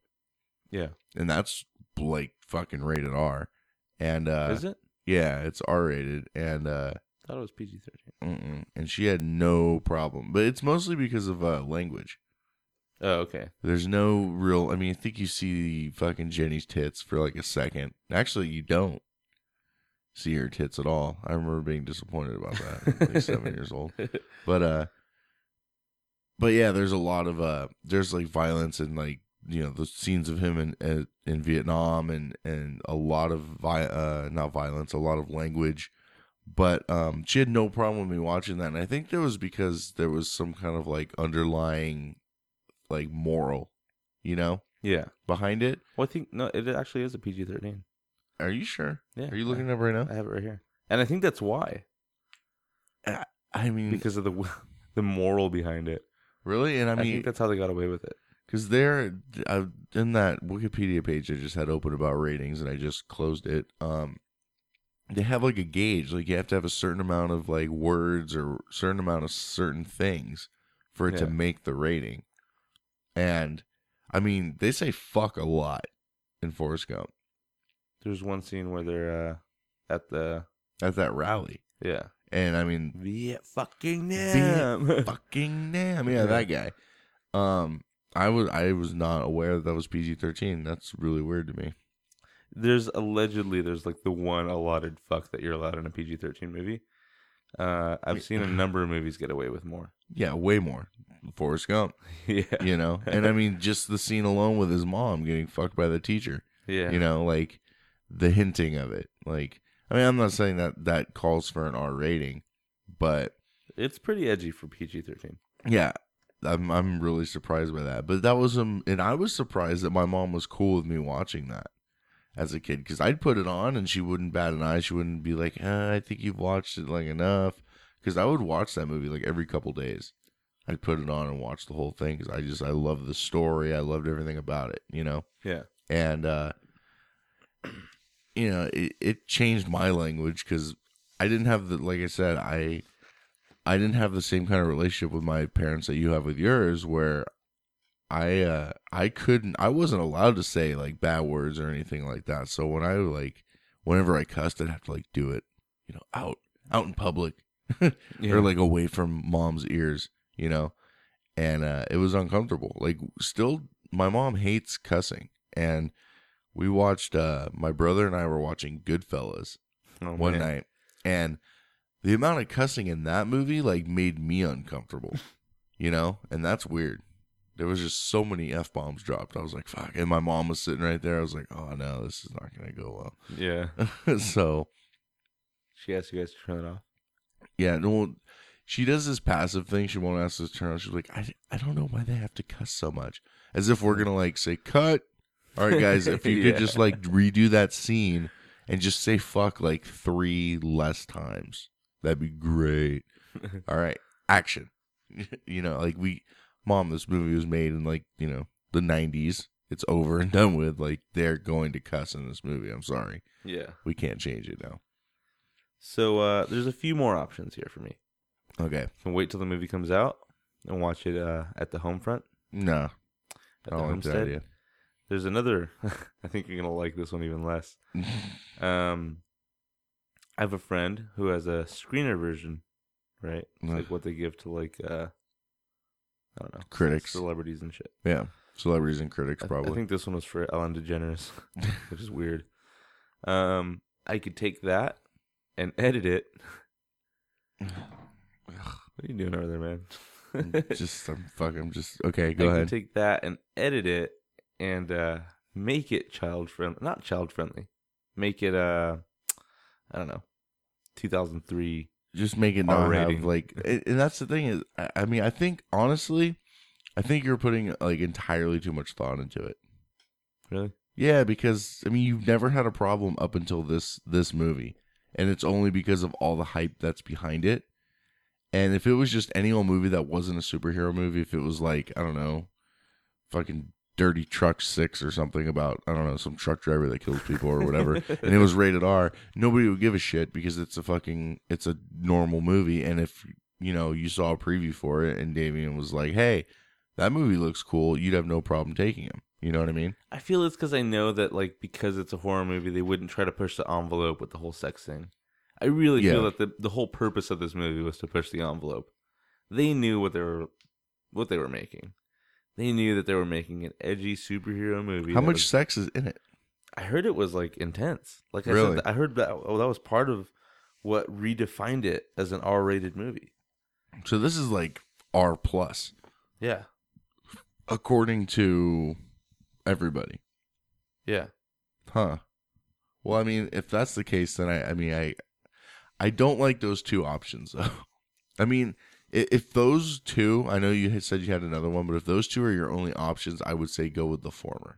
yeah,
and that's like fucking rated r and uh
is it?
yeah it's r rated and uh
Thought it was PG thirteen.
Mm-mm. And she had no problem. But it's mostly because of uh, language.
Oh, okay.
There's no real. I mean, I think you see fucking Jenny's tits for like a second. Actually, you don't see her tits at all. I remember being disappointed about that. at like seven years old. But uh, but yeah, there's a lot of uh, there's like violence and like you know the scenes of him in uh, in Vietnam and and a lot of vi- uh not violence, a lot of language, But um, she had no problem with me watching that, and I think that was because there was some kind of like underlying, like moral, you know,
Yeah.
behind it.
Well, I think no, it actually is a PG thirteen.
Are you sure?
Yeah.
Are you looking it up right
I
now?
have it right here, and I think that's why
I mean,
because of the <laughs> the moral behind it.
really, and I
I,
mean,
think that's how they got away with it.
Because there, I, in that Wikipedia page I just had open about ratings, and I just closed it. Um, they have like a gauge, like you have to have a certain amount of like words or certain amount of certain things for it to
Yeah.
make the rating. And I mean, they say fuck a lot in Forrest Gump
There's one scene where they're uh, at the
at that rally,
yeah
and I mean,
Viet fucking
damn. fucking damn, yeah,
Yeah.
that guy. Um, I was I was not aware that, that was PG thirteen. That's really weird to me.
<laughs> there's allegedly there's like the one allotted fuck that you're allowed in a PG thirteen movie. Uh, I've
<laughs>
seen a number of movies get away with more. <laughs>
Yeah, way more. Forrest Gump.
yeah.
you
<laughs>
know and i mean just the scene alone with his mom getting fucked by the teacher
Yeah.
you know like the hinting of it like i mean i'm not saying that that calls for an r rating but
It's pretty edgy for PG thirteen.
yeah i'm i'm really surprised by that but that was um and i was surprised that my mom was cool with me watching that as a kid because i'd put it on and she wouldn't bat an eye she wouldn't be like uh, i think you've watched it like enough because i would watch that movie like every couple days i'd put it on and watch the whole thing because i just i loved the story i loved everything about it you know
Yeah.
and uh <clears throat> you know it, it changed my language because i didn't have the like i said i i didn't have the same kind of relationship with my parents that you have with yours where i uh i couldn't i wasn't allowed to say like bad words or anything like that so when i like whenever i cussed i'd have to like do it you know out out in public
Yeah.
or like away from mom's ears, you know. And uh, it was uncomfortable. Like, still, my mom hates cussing. And we watched, uh, my brother and I were watching Goodfellas
Oh,
one
man.
night. And the amount of cussing in that movie, like, made me
<laughs>
uncomfortable, you know? And that's weird. There was just so many F bombs dropped. I was like, fuck. And my mom was sitting right there. I was like, oh, no, this is not going to go
Yeah.
well. <laughs> so,
She asked you guys to turn it off.
Yeah, no. She does this passive thing. She won't ask us to turn on. She's like, I, I don't know why they have to cuss so much. As if we're going to like say, cut. All right, guys, if
<laughs>
you
Yeah.
could just like redo that scene and just say fuck like three less times, that'd be great.
<laughs>
All right, action. <laughs> you know, like we, mom, this movie was made in like, you know, the 90s. It's over and done with. Like they're going to cuss in this movie. I'm sorry.
Yeah.
We can't change it now.
So uh, there's a few more options here for me.
Okay.
can wait till the movie comes out and watch it uh, at the home front.
Nah,
At
I
the
don't like
homestead.
that Oh, idea.
There's another. <laughs> I think you're gonna like this one
<laughs>
even less. um, I have a friend who has a screener version, right?
Ugh.
It's like what they give to like uh, I don't know
Critics.
celebrities and shit.
Yeah, celebrities and critics
I-
probably.
I think this one was for Ellen DeGeneres, <laughs>
<laughs>
which is weird. Um, I could take that and
<sighs>
edit it. what are you doing over there, <laughs> man?
<laughs> just I'm fuck. I'm just okay.
I
Go
can
ahead.
take that and edit it and uh, make it child friendly. Not child friendly. Make it uh, I don't know, 2003.
just make it not
R
have
rating.
like. And and that's the thing is, I, I mean, I think honestly, I think you're putting like entirely too much thought into it.
Really?
Yeah, because I mean, you've never had a problem up until this this movie, and it's only because of all the hype that's behind it. And if it was just any old movie that wasn't a superhero movie, if it was like I don't know, fucking Dirty Truck Six or something about I don't know some truck driver that kills people or whatever, and it was rated R, nobody would give a shit because it's a fucking it's a normal movie. And if you know you saw a preview for it and Damien was like, "Hey, that movie looks cool," you'd have no problem taking him. You know what I mean?
I feel it's because I know that like because it's a horror movie, they wouldn't try to push the envelope with the whole sex thing. I really feel
Yeah.
that the the whole purpose of this movie was to push the envelope. They knew what they were what they were making. They knew that they were making an edgy superhero movie.
How
that
much
was-
sex is in it?
I heard it was like intense. Like I
Really?
said, I heard that oh, that was part of what redefined it as an R-rated movie.
So this is like R plus,
Yeah,
according to everybody,
yeah.
huh? Well, I mean, if that's the case, then I, I mean, I, I don't like those two options though. <laughs> I mean, i- if those two, I know you had said you had another one, but if those two are your only options, I would say go with the former.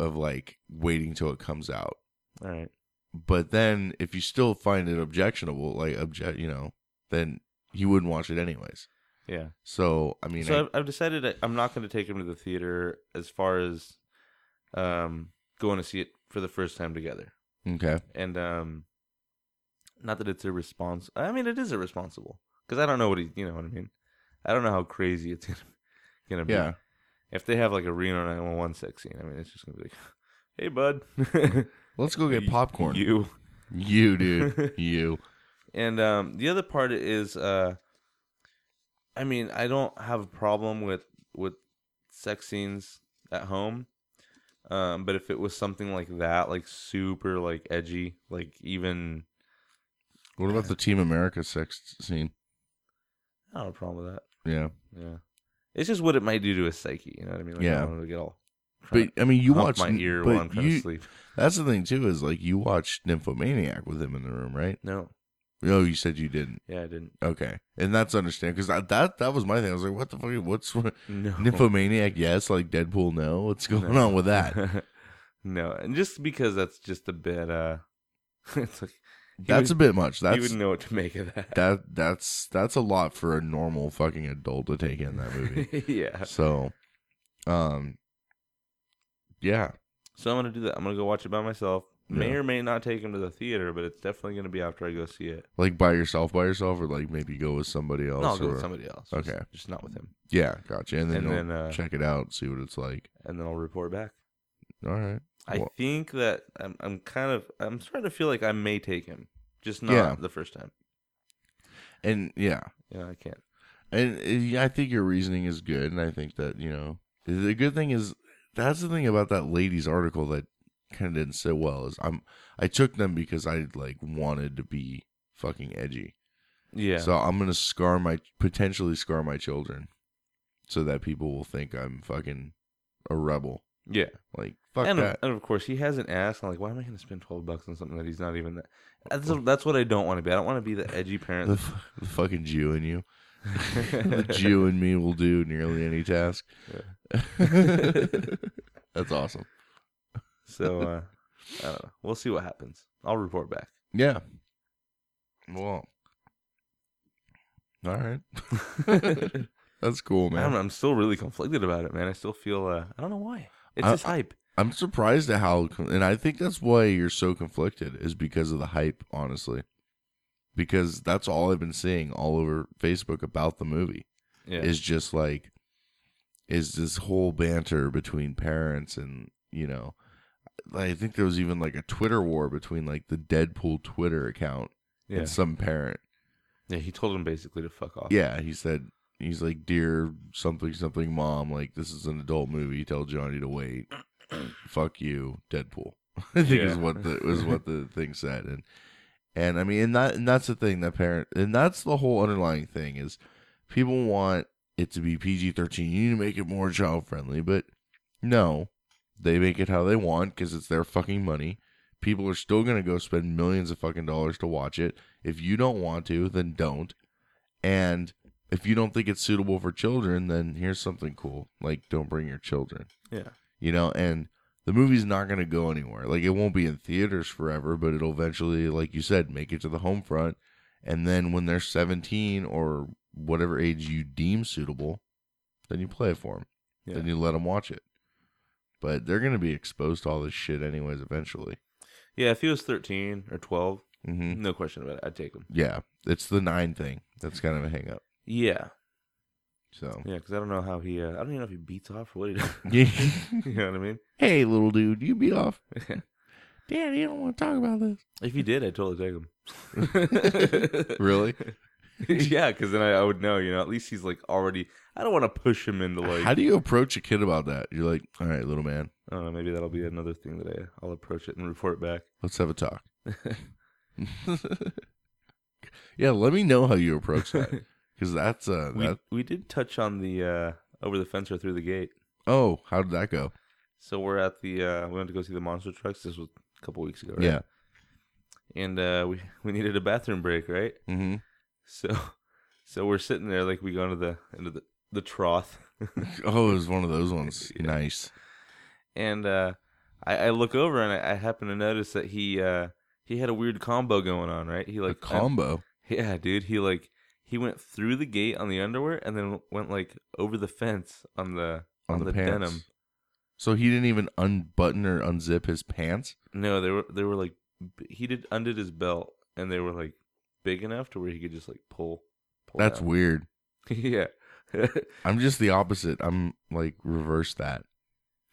Of like waiting till it comes out,
All right.
but then if you still find it objectionable, like object, you know, then you wouldn't watch it anyways.
Yeah.
So I mean,
so
I-
I've, I've decided I- I'm not going to take him to the theater as far as um, going to see it for the first time together.
okay,
And um, not that it's irresponsible. I mean, it is irresponsible because I don't know what he, you know what I mean. I don't know how crazy it's gonna, gonna be.
yeah,
If they have like a Reno 911 sex scene, I mean, it's just gonna be like, <laughs> hey, bud, <laughs>
let's go get
You-
popcorn. You,
You <laughs>
dude, you.
And um, the other part is, uh, I mean, I don't have a problem with with sex scenes at home, um, but if it was something like that, like super like edgy, like even
What about the Team America sex scene?
I don't have a problem with that.
Yeah,
Yeah, it's just what it might do to a psyche. You know what I mean? Like,
Yeah.
I don't want to get all.
but
trying to
I mean, you
hump
watched
my ear
but
while I'm trying
you,
to sleep.
That's the thing too is like you watched Nymphomaniac with him in the room, right?
No,
No, you said you didn't.
yeah, I didn't. <laughs>
Okay, and that's understandable because that that was my thing. I was like, what the fuck? What's <laughs>
No,
Nymphomaniac? Yes, like Deadpool. No, what's going
No.
on with that?
no, and just because that's just a bit. uh <laughs> It's like <laughs> he
That's
would-
a bit much.
you
That's
wouldn't know what to make of
<laughs>
that.
that that's that's a lot for a normal fucking adult to take in that movie.
<laughs> yeah.
so, um, yeah,
So I'm gonna do that. I'm gonna go watch it by myself. May
Yeah.
or may not take him to the theater, but it's definitely gonna be after I go see it.
like by yourself, by yourself, or like maybe go with somebody else.
no, I'll go with
or-
somebody else.
Oh, Okay.
Just, just not with him.
Yeah, gotcha. And then,
And
you'll
then, uh,
check it out, see what it's like.
And then I'll report back.
All right.
I
Well,
think that I'm I'm kind of I'm starting to feel like I may take him. Just not
Yeah.
the first time.
and yeah,
Yeah, I can't.
And uh, I think your reasoning is good, and I think that you know the good thing is that's the thing about that lady's article that kind of didn't sit well is I'm I took them because I like wanted to be fucking edgy,
Yeah.
so I'm gonna scar my potentially scar my children, so that people will think I'm fucking a rebel.
yeah.
Like fuck
and, of,
that.
and of course, he hasn't asked. I'm like, why am I going to spend twelve bucks on something that he's not even? That? That's that's what I don't want to be. I don't want to be the edgy
the,
parent.
f- the fucking Jew in
<laughs>
you, the Jew in me will do nearly any task. <laughs> that's awesome.
So uh, I don't know. We'll see what happens. I'll report back.
Yeah. Well. All
<laughs>
right. That's cool, man.
Man, I'm still really conflicted about it, man. I still feel uh, I don't know why. It's
I-
this hype.
I'm surprised at how, and I think that's why you're so conflicted is because of the hype, honestly. Because that's all I've been seeing all over Facebook about the movie
Yeah.
is just like, is this whole banter between parents and you know, I think there was even like a Twitter war between like the Deadpool Twitter account
yeah.
and some parent.
yeah. He told him basically to fuck off.
Yeah, he said he's like, dear something something mom, like this is an adult movie. Tell Johnny to wait. Fuck you, Deadpool. <laughs> I think is
Yeah.
what the is what the thing said, and and I mean, and that and that's the thing that parent and that's the whole underlying thing is people want it to be PG thirteen. You need to make it more child friendly, but no, they make it how they want because it's their fucking money. People are still gonna go spend millions of fucking dollars to watch it. If you don't want to, then don't. And if you don't think it's suitable for children, then here's something cool. Like don't bring your children.
Yeah.
You know, and the movie's not going to go anywhere. Like it won't be in theaters forever, but it'll eventually like you said make it to the home front and then when they're 17 or whatever age you deem suitable, then you play it for them.
Yeah.
Then you let them watch it. But they're going to be exposed to all this shit anyways eventually.
Yeah, If he was 13 or 12,
Mhm.
no question about it. I'd take him.
Yeah, it's the 9 thing. That's kind of a hang up.
Yeah.
So
Yeah. Because I don't know how he. Uh, I don't even know if he beats off or what he does. <laughs> you know what I mean?
hey, little dude, you beat
<laughs>
off. Dad, you don't want to talk about this.
If he did, I'd totally take him.
Really?
<laughs> yeah. Because then I, I would know. You know. At least he's like already. I don't want to push him into like.
How do you approach a kid about that? You're like, all right, little man,
I don't know. Maybe that'll be another thing that I, I'll approach it and report back.
let's have a
<laughs>
talk. yeah, let me know how you approach
<laughs>
that because that's uh,
We,
that.
we did touch on the uh, over the fence or through the gate.
Oh, how did that go?
So we're at the uh, we went to go see the monster trucks. This was a couple weeks ago, right?
Yeah,
and uh, we <laughs> we needed a bathroom break, right?
Mm-hmm.
So, <laughs> so we're sitting there like we go into the into the, the trough,
<laughs> Oh, it was one of those
<laughs>
ones. Nice.
and uh, I, I look over and I, I happen to notice that he uh, he had a weird combo going on, right? He
A
like un-
combo.
yeah, dude. He like he went through the gate on the underwear and then went like over the fence on the on, the,
pants.
denim.
So he didn't even unbutton or unzip his pants.
No, they were they were like b- he did undid his belt and they were like big enough to where he could just like pull. pull
That's
out.
weird.
<laughs> yeah. <laughs>
I'm just the opposite. I'm like reverse that.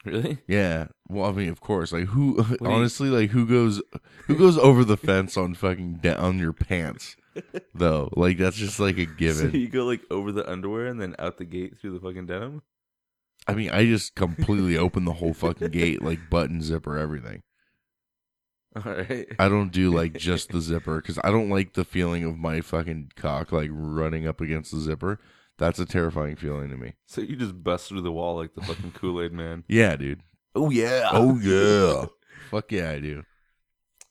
really?
Yeah. Well, I mean, of course. Like who? <laughs>
you-
honestly, like who goes who goes over the fence on fucking da- on your
<laughs>
pants though? Like that's just like a
So
given.
you go like over the underwear and then out the gate through the fucking denim. <laughs>
I mean, I just completely open the whole fucking gate, like button, zipper, everything.
All right.
I don't do like just the zipper because I don't like the feeling of my fucking cock like running up against the zipper. That's a terrifying feeling to me.
So you just bust through the wall like the fucking Kool Aid man.
Yeah, dude.
Oh yeah.
Oh
<laughs>
yeah. Fuck yeah, I do. <laughs>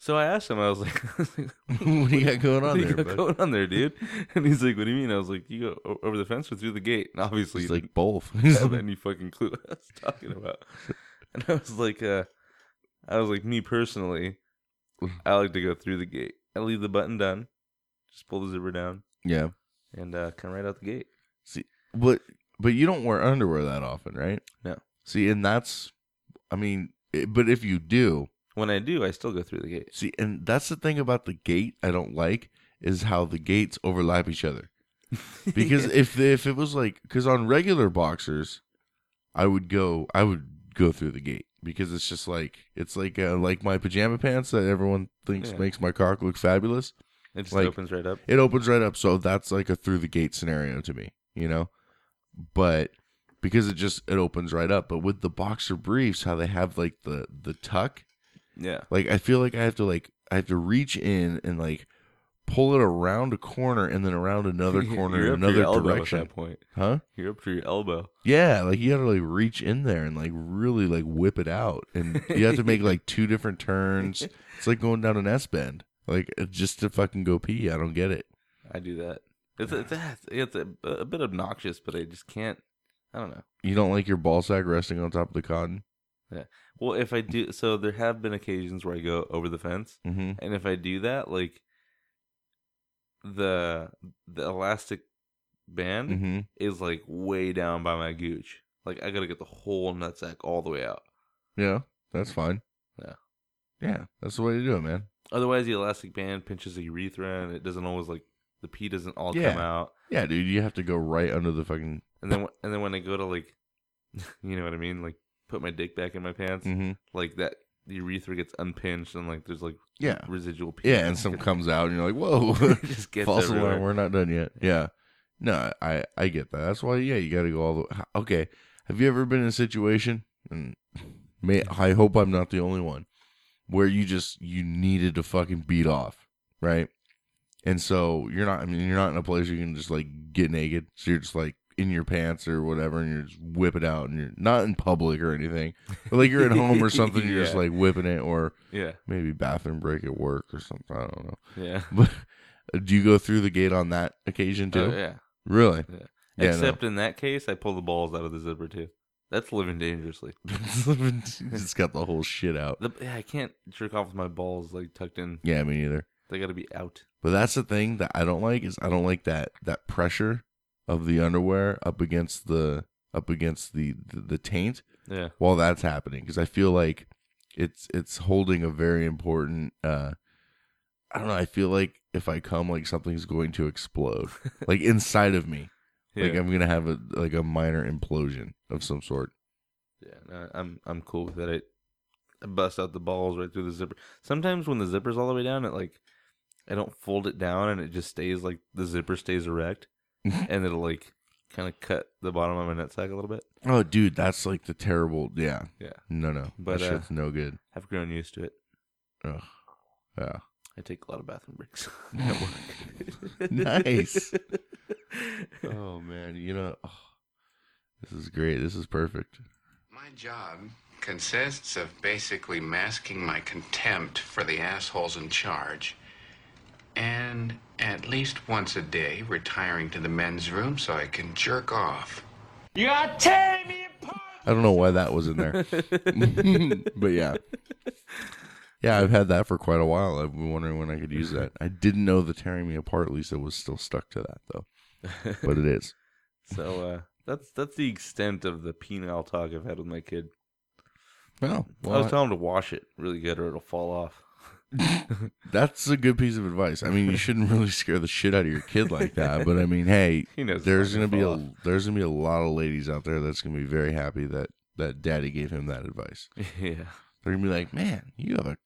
So I asked him. I was like, <laughs> I was like,
what do you got going
"What
on
do you
there,
got
bud?
going on there, dude?" <laughs> And he's like, "What do you mean?" I was like, "You go o- over the fence or through the gate?" And obviously,
He's
he
like
<laughs>
both. <laughs>
didn't have any fucking clue <laughs> what I was talking about. And I was like, uh, "I was like, me personally, I like to go through the gate. I leave the button done, just pull the zipper down,
yeah,
and uh, come right out the gate."
but but you don't wear underwear that often, right?
No.
See, and that's, I mean, it, but if you do,
When I do, I still go through the gate.
see, and that's the thing about the gate I don't like is how the gates overlap each other. because if if it was like because on regular boxers, I would go I would go through the gate because it's just like it's like uh, like my pajama pants that everyone thinks
Yeah.
makes my cock look fabulous.
It just
like-
opens right up.
It opens right up, so that's like a through the gate scenario to me, you know. But because it just it opens right up. But with the boxer briefs, how they have like the the tuck,
Yeah.
like I feel like I have to like I have to reach in and like pull it around a corner and then
<laughs>
around another corner
You're
in
up to
another
your elbow At
direction,
that point,
huh?
you're up to your elbow.
Yeah, like you gotta like reach in there and like really like whip it out, and you have to make like two different
<laughs>
turns. It's like going down an S bend, like uh, just to fucking go pee. I don't get it.
I do that. It's it's it's, it's a, a bit obnoxious, but I just can't. I don't know.
You don't like your ball sack resting on top of the cotton.
Well, if I do, so there have been occasions where I go over the fence,
Mm-hmm.
and if I do that, like the the elastic band
Mm-hmm.
is like way down by my gooch. Like I gotta get the whole nutsack all the way out.
Yeah, that's fine.
Yeah.
yeah, that's the way to do it, man.
Otherwise, the elastic band pinches the urethra, and it doesn't always like the pee doesn't all
Yeah.
come out.
Yeah, dude, you have to go right under the fucking.
And then wh- and then when I go to like, <laughs> you know what I mean, like put my dick back in my pants,
Mm-hmm.
like that the urethra gets unpinched and like there's like
Yeah,
residual pee.
yeah,
<laughs>
and some comes out, and you're like, <laughs> whoa.
It just <laughs> gets
false
everywhere.
alarm. We're not done yet. Yeah. No, I I get that. That's why yeah, you got to go all the. Okay. Have you ever been in a situation and may I hope I'm not the only one where you just you needed to fucking beat off, right? And so you're not I mean you're not in a place you can just like get naked. So you're just like in your pants or whatever and you're just whip it out and you're not in public or anything. But like you're at home
<laughs>
or something, you're just
Yeah.
like whipping it or
Yeah,
maybe bathroom break at work or something. I don't know. <laughs>
yeah,
But uh, do you go through the gate on that occasion too?
Oh, yeah.
Really? <laughs>
Yeah.
Yeah,
Except in that case, I pull the balls out of the zipper too. That's living dangerously.
no. just got the whole shit out.
The, yeah, I can't jerk off with my balls like tucked in.
Yeah, me neither.
They got to be out.
But that's the thing that I don't like is I don't like that that pressure of the underwear up against the up against the the, the taint
Yeah, <laughs>
while that's happening because I feel like it's it's holding a very important. uh I don't know. I feel like if I come, like something's going to explode, like inside of me.
yeah,
Like I'm gonna have a like a minor implosion of some sort.
yeah. No, I'm I'm cool with that. I, I bust out the balls right through the zipper. Sometimes when the zipper's all the way down, it like I don't fold it down and it just stays like the zipper stays <laughs> erect, and it'll like kind of cut the bottom of my nutsack a little bit.
Oh, dude, that's like the terrible. Yeah,
Yeah,
no, no,
But,
but that
uh,
shit's no good.
I've grown used to it.
Ugh.
<laughs>
Yeah,
I take a lot of bathroom breaks <laughs> at work. <laughs>
nice. oh man, you know, oh, this is great. This is perfect.
My job consists of basically masking my contempt for the assholes in charge and at least once a day retiring to the men's room so I can jerk off.
I don't know why that was in
<laughs>
there, <laughs> but yeah, yeah, I've had that for quite a while. I've been wondering when I could use that. I didn't know the tearing me apart Lisa was still stuck to that though, but it is.
So uh, that's that's the extent of the penile talk I've had with my kid.
Oh,
I
well,
was telling him to wash it really good or it'll fall off.
that's a good piece of advice. I mean, you shouldn't really <laughs> scare the shit out of your kid like that, but I mean, hey,
<laughs> He knows it's
there's
not
gonna be
gonna
a there's gonna be a lot of ladies out there that's gonna be very happy that that daddy gave him that advice.
<laughs> yeah.
They're gonna be like, man, you have a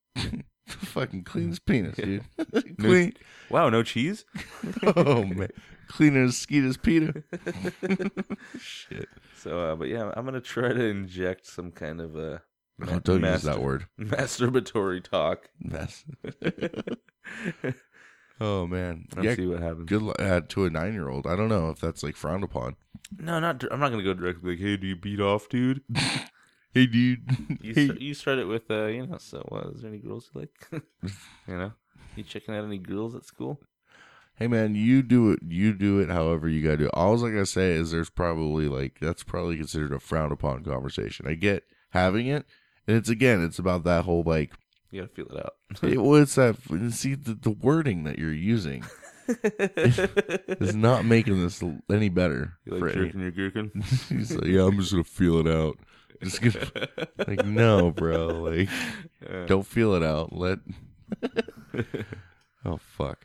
<laughs> fucking cleanest penis, dude. <laughs>
<laughs> No-
Clean.
Wow, no cheese?
oh man, cleaner as skeet as
<laughs>
Peter. Shit.
So, uh, but yeah, I'm gonna try to inject some kind of uh,
Oh, don't use
master-
that word.
<laughs> masturbatory
<laughs>
talk. <laughs>
That's. oh man.
Let's
yeah.
see what happens.
Good luck uh, to a nine-year-old. I don't know if that's like frowned upon.
No, not. dir- I'm not gonna go directly like, hey, do you beat off, dude?
Hey, dude.
<laughs> You
Hey.
st- you start it with, uh, you know. So, uh, is there any girls you like? <laughs> you know, you checking out any girls at school?
Hey, man. You do it. You do it. However you gotta do. It. All I gotta say is there's probably like that's probably considered a frowned upon conversation. I get having it, and it's again, it's about that whole like
You gotta feel it out. <laughs>
It, well, it's that see the, the wording that you're
<laughs>
using is not making this l- any better.
You like
for any-
jerking your gherkin?
<laughs>
<laughs>
He's like, yeah, I'm just gonna feel it out. Just gonna, like, no, bro, like,
Yeah.
don't feel it out.
<laughs>
Let. <laughs> oh fuck!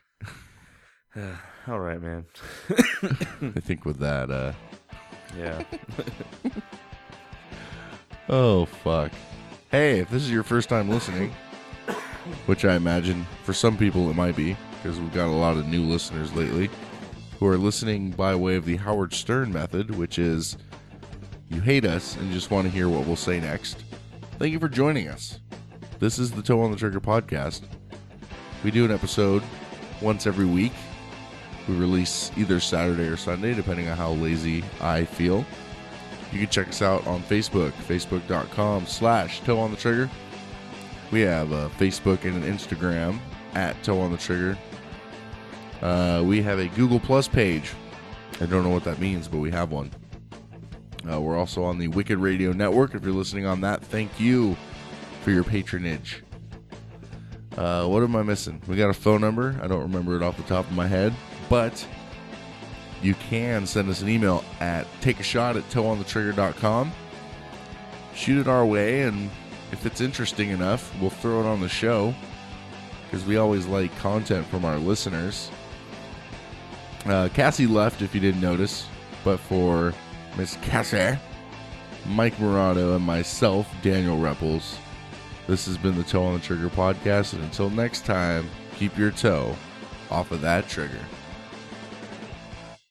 All right, man.
I think with that, uh,
Yeah.
oh fuck. Hey, if this is your first time listening, which I imagine for some people it might be, because we've got a lot of new listeners lately. who are listening by way of the Howard Stern method, which is you hate us and just want to hear what we'll say next. Thank you for joining us. This is the Toe on the Trigger podcast. We do an episode once every week. We release either Saturday or Sunday, depending on how lazy I feel. You can check us out on Facebook, facebook.com slash toe on the trigger. We have a Facebook and an Instagram at toe on the trigger. Uh, we have a Google Plus page. I don't know what that means, but we have one. Uh, we're also on the Wicked Radio Network. If you're listening on that, thank you for your patronage. Uh, what am I missing? We got a phone number. I don't remember it off the top of my head, but you can send us an email at take a shot at toeonthetrigger.com. Shoot it our way, and if it's interesting enough, we'll throw it on the show because we always like content from our listeners. Uh, Cassie left, if you didn't notice, but for Miss Cassie, Mike Morado, and myself, Daniel Repples, this has been the Toe on the Trigger podcast. And until next time, keep your toe off of that trigger.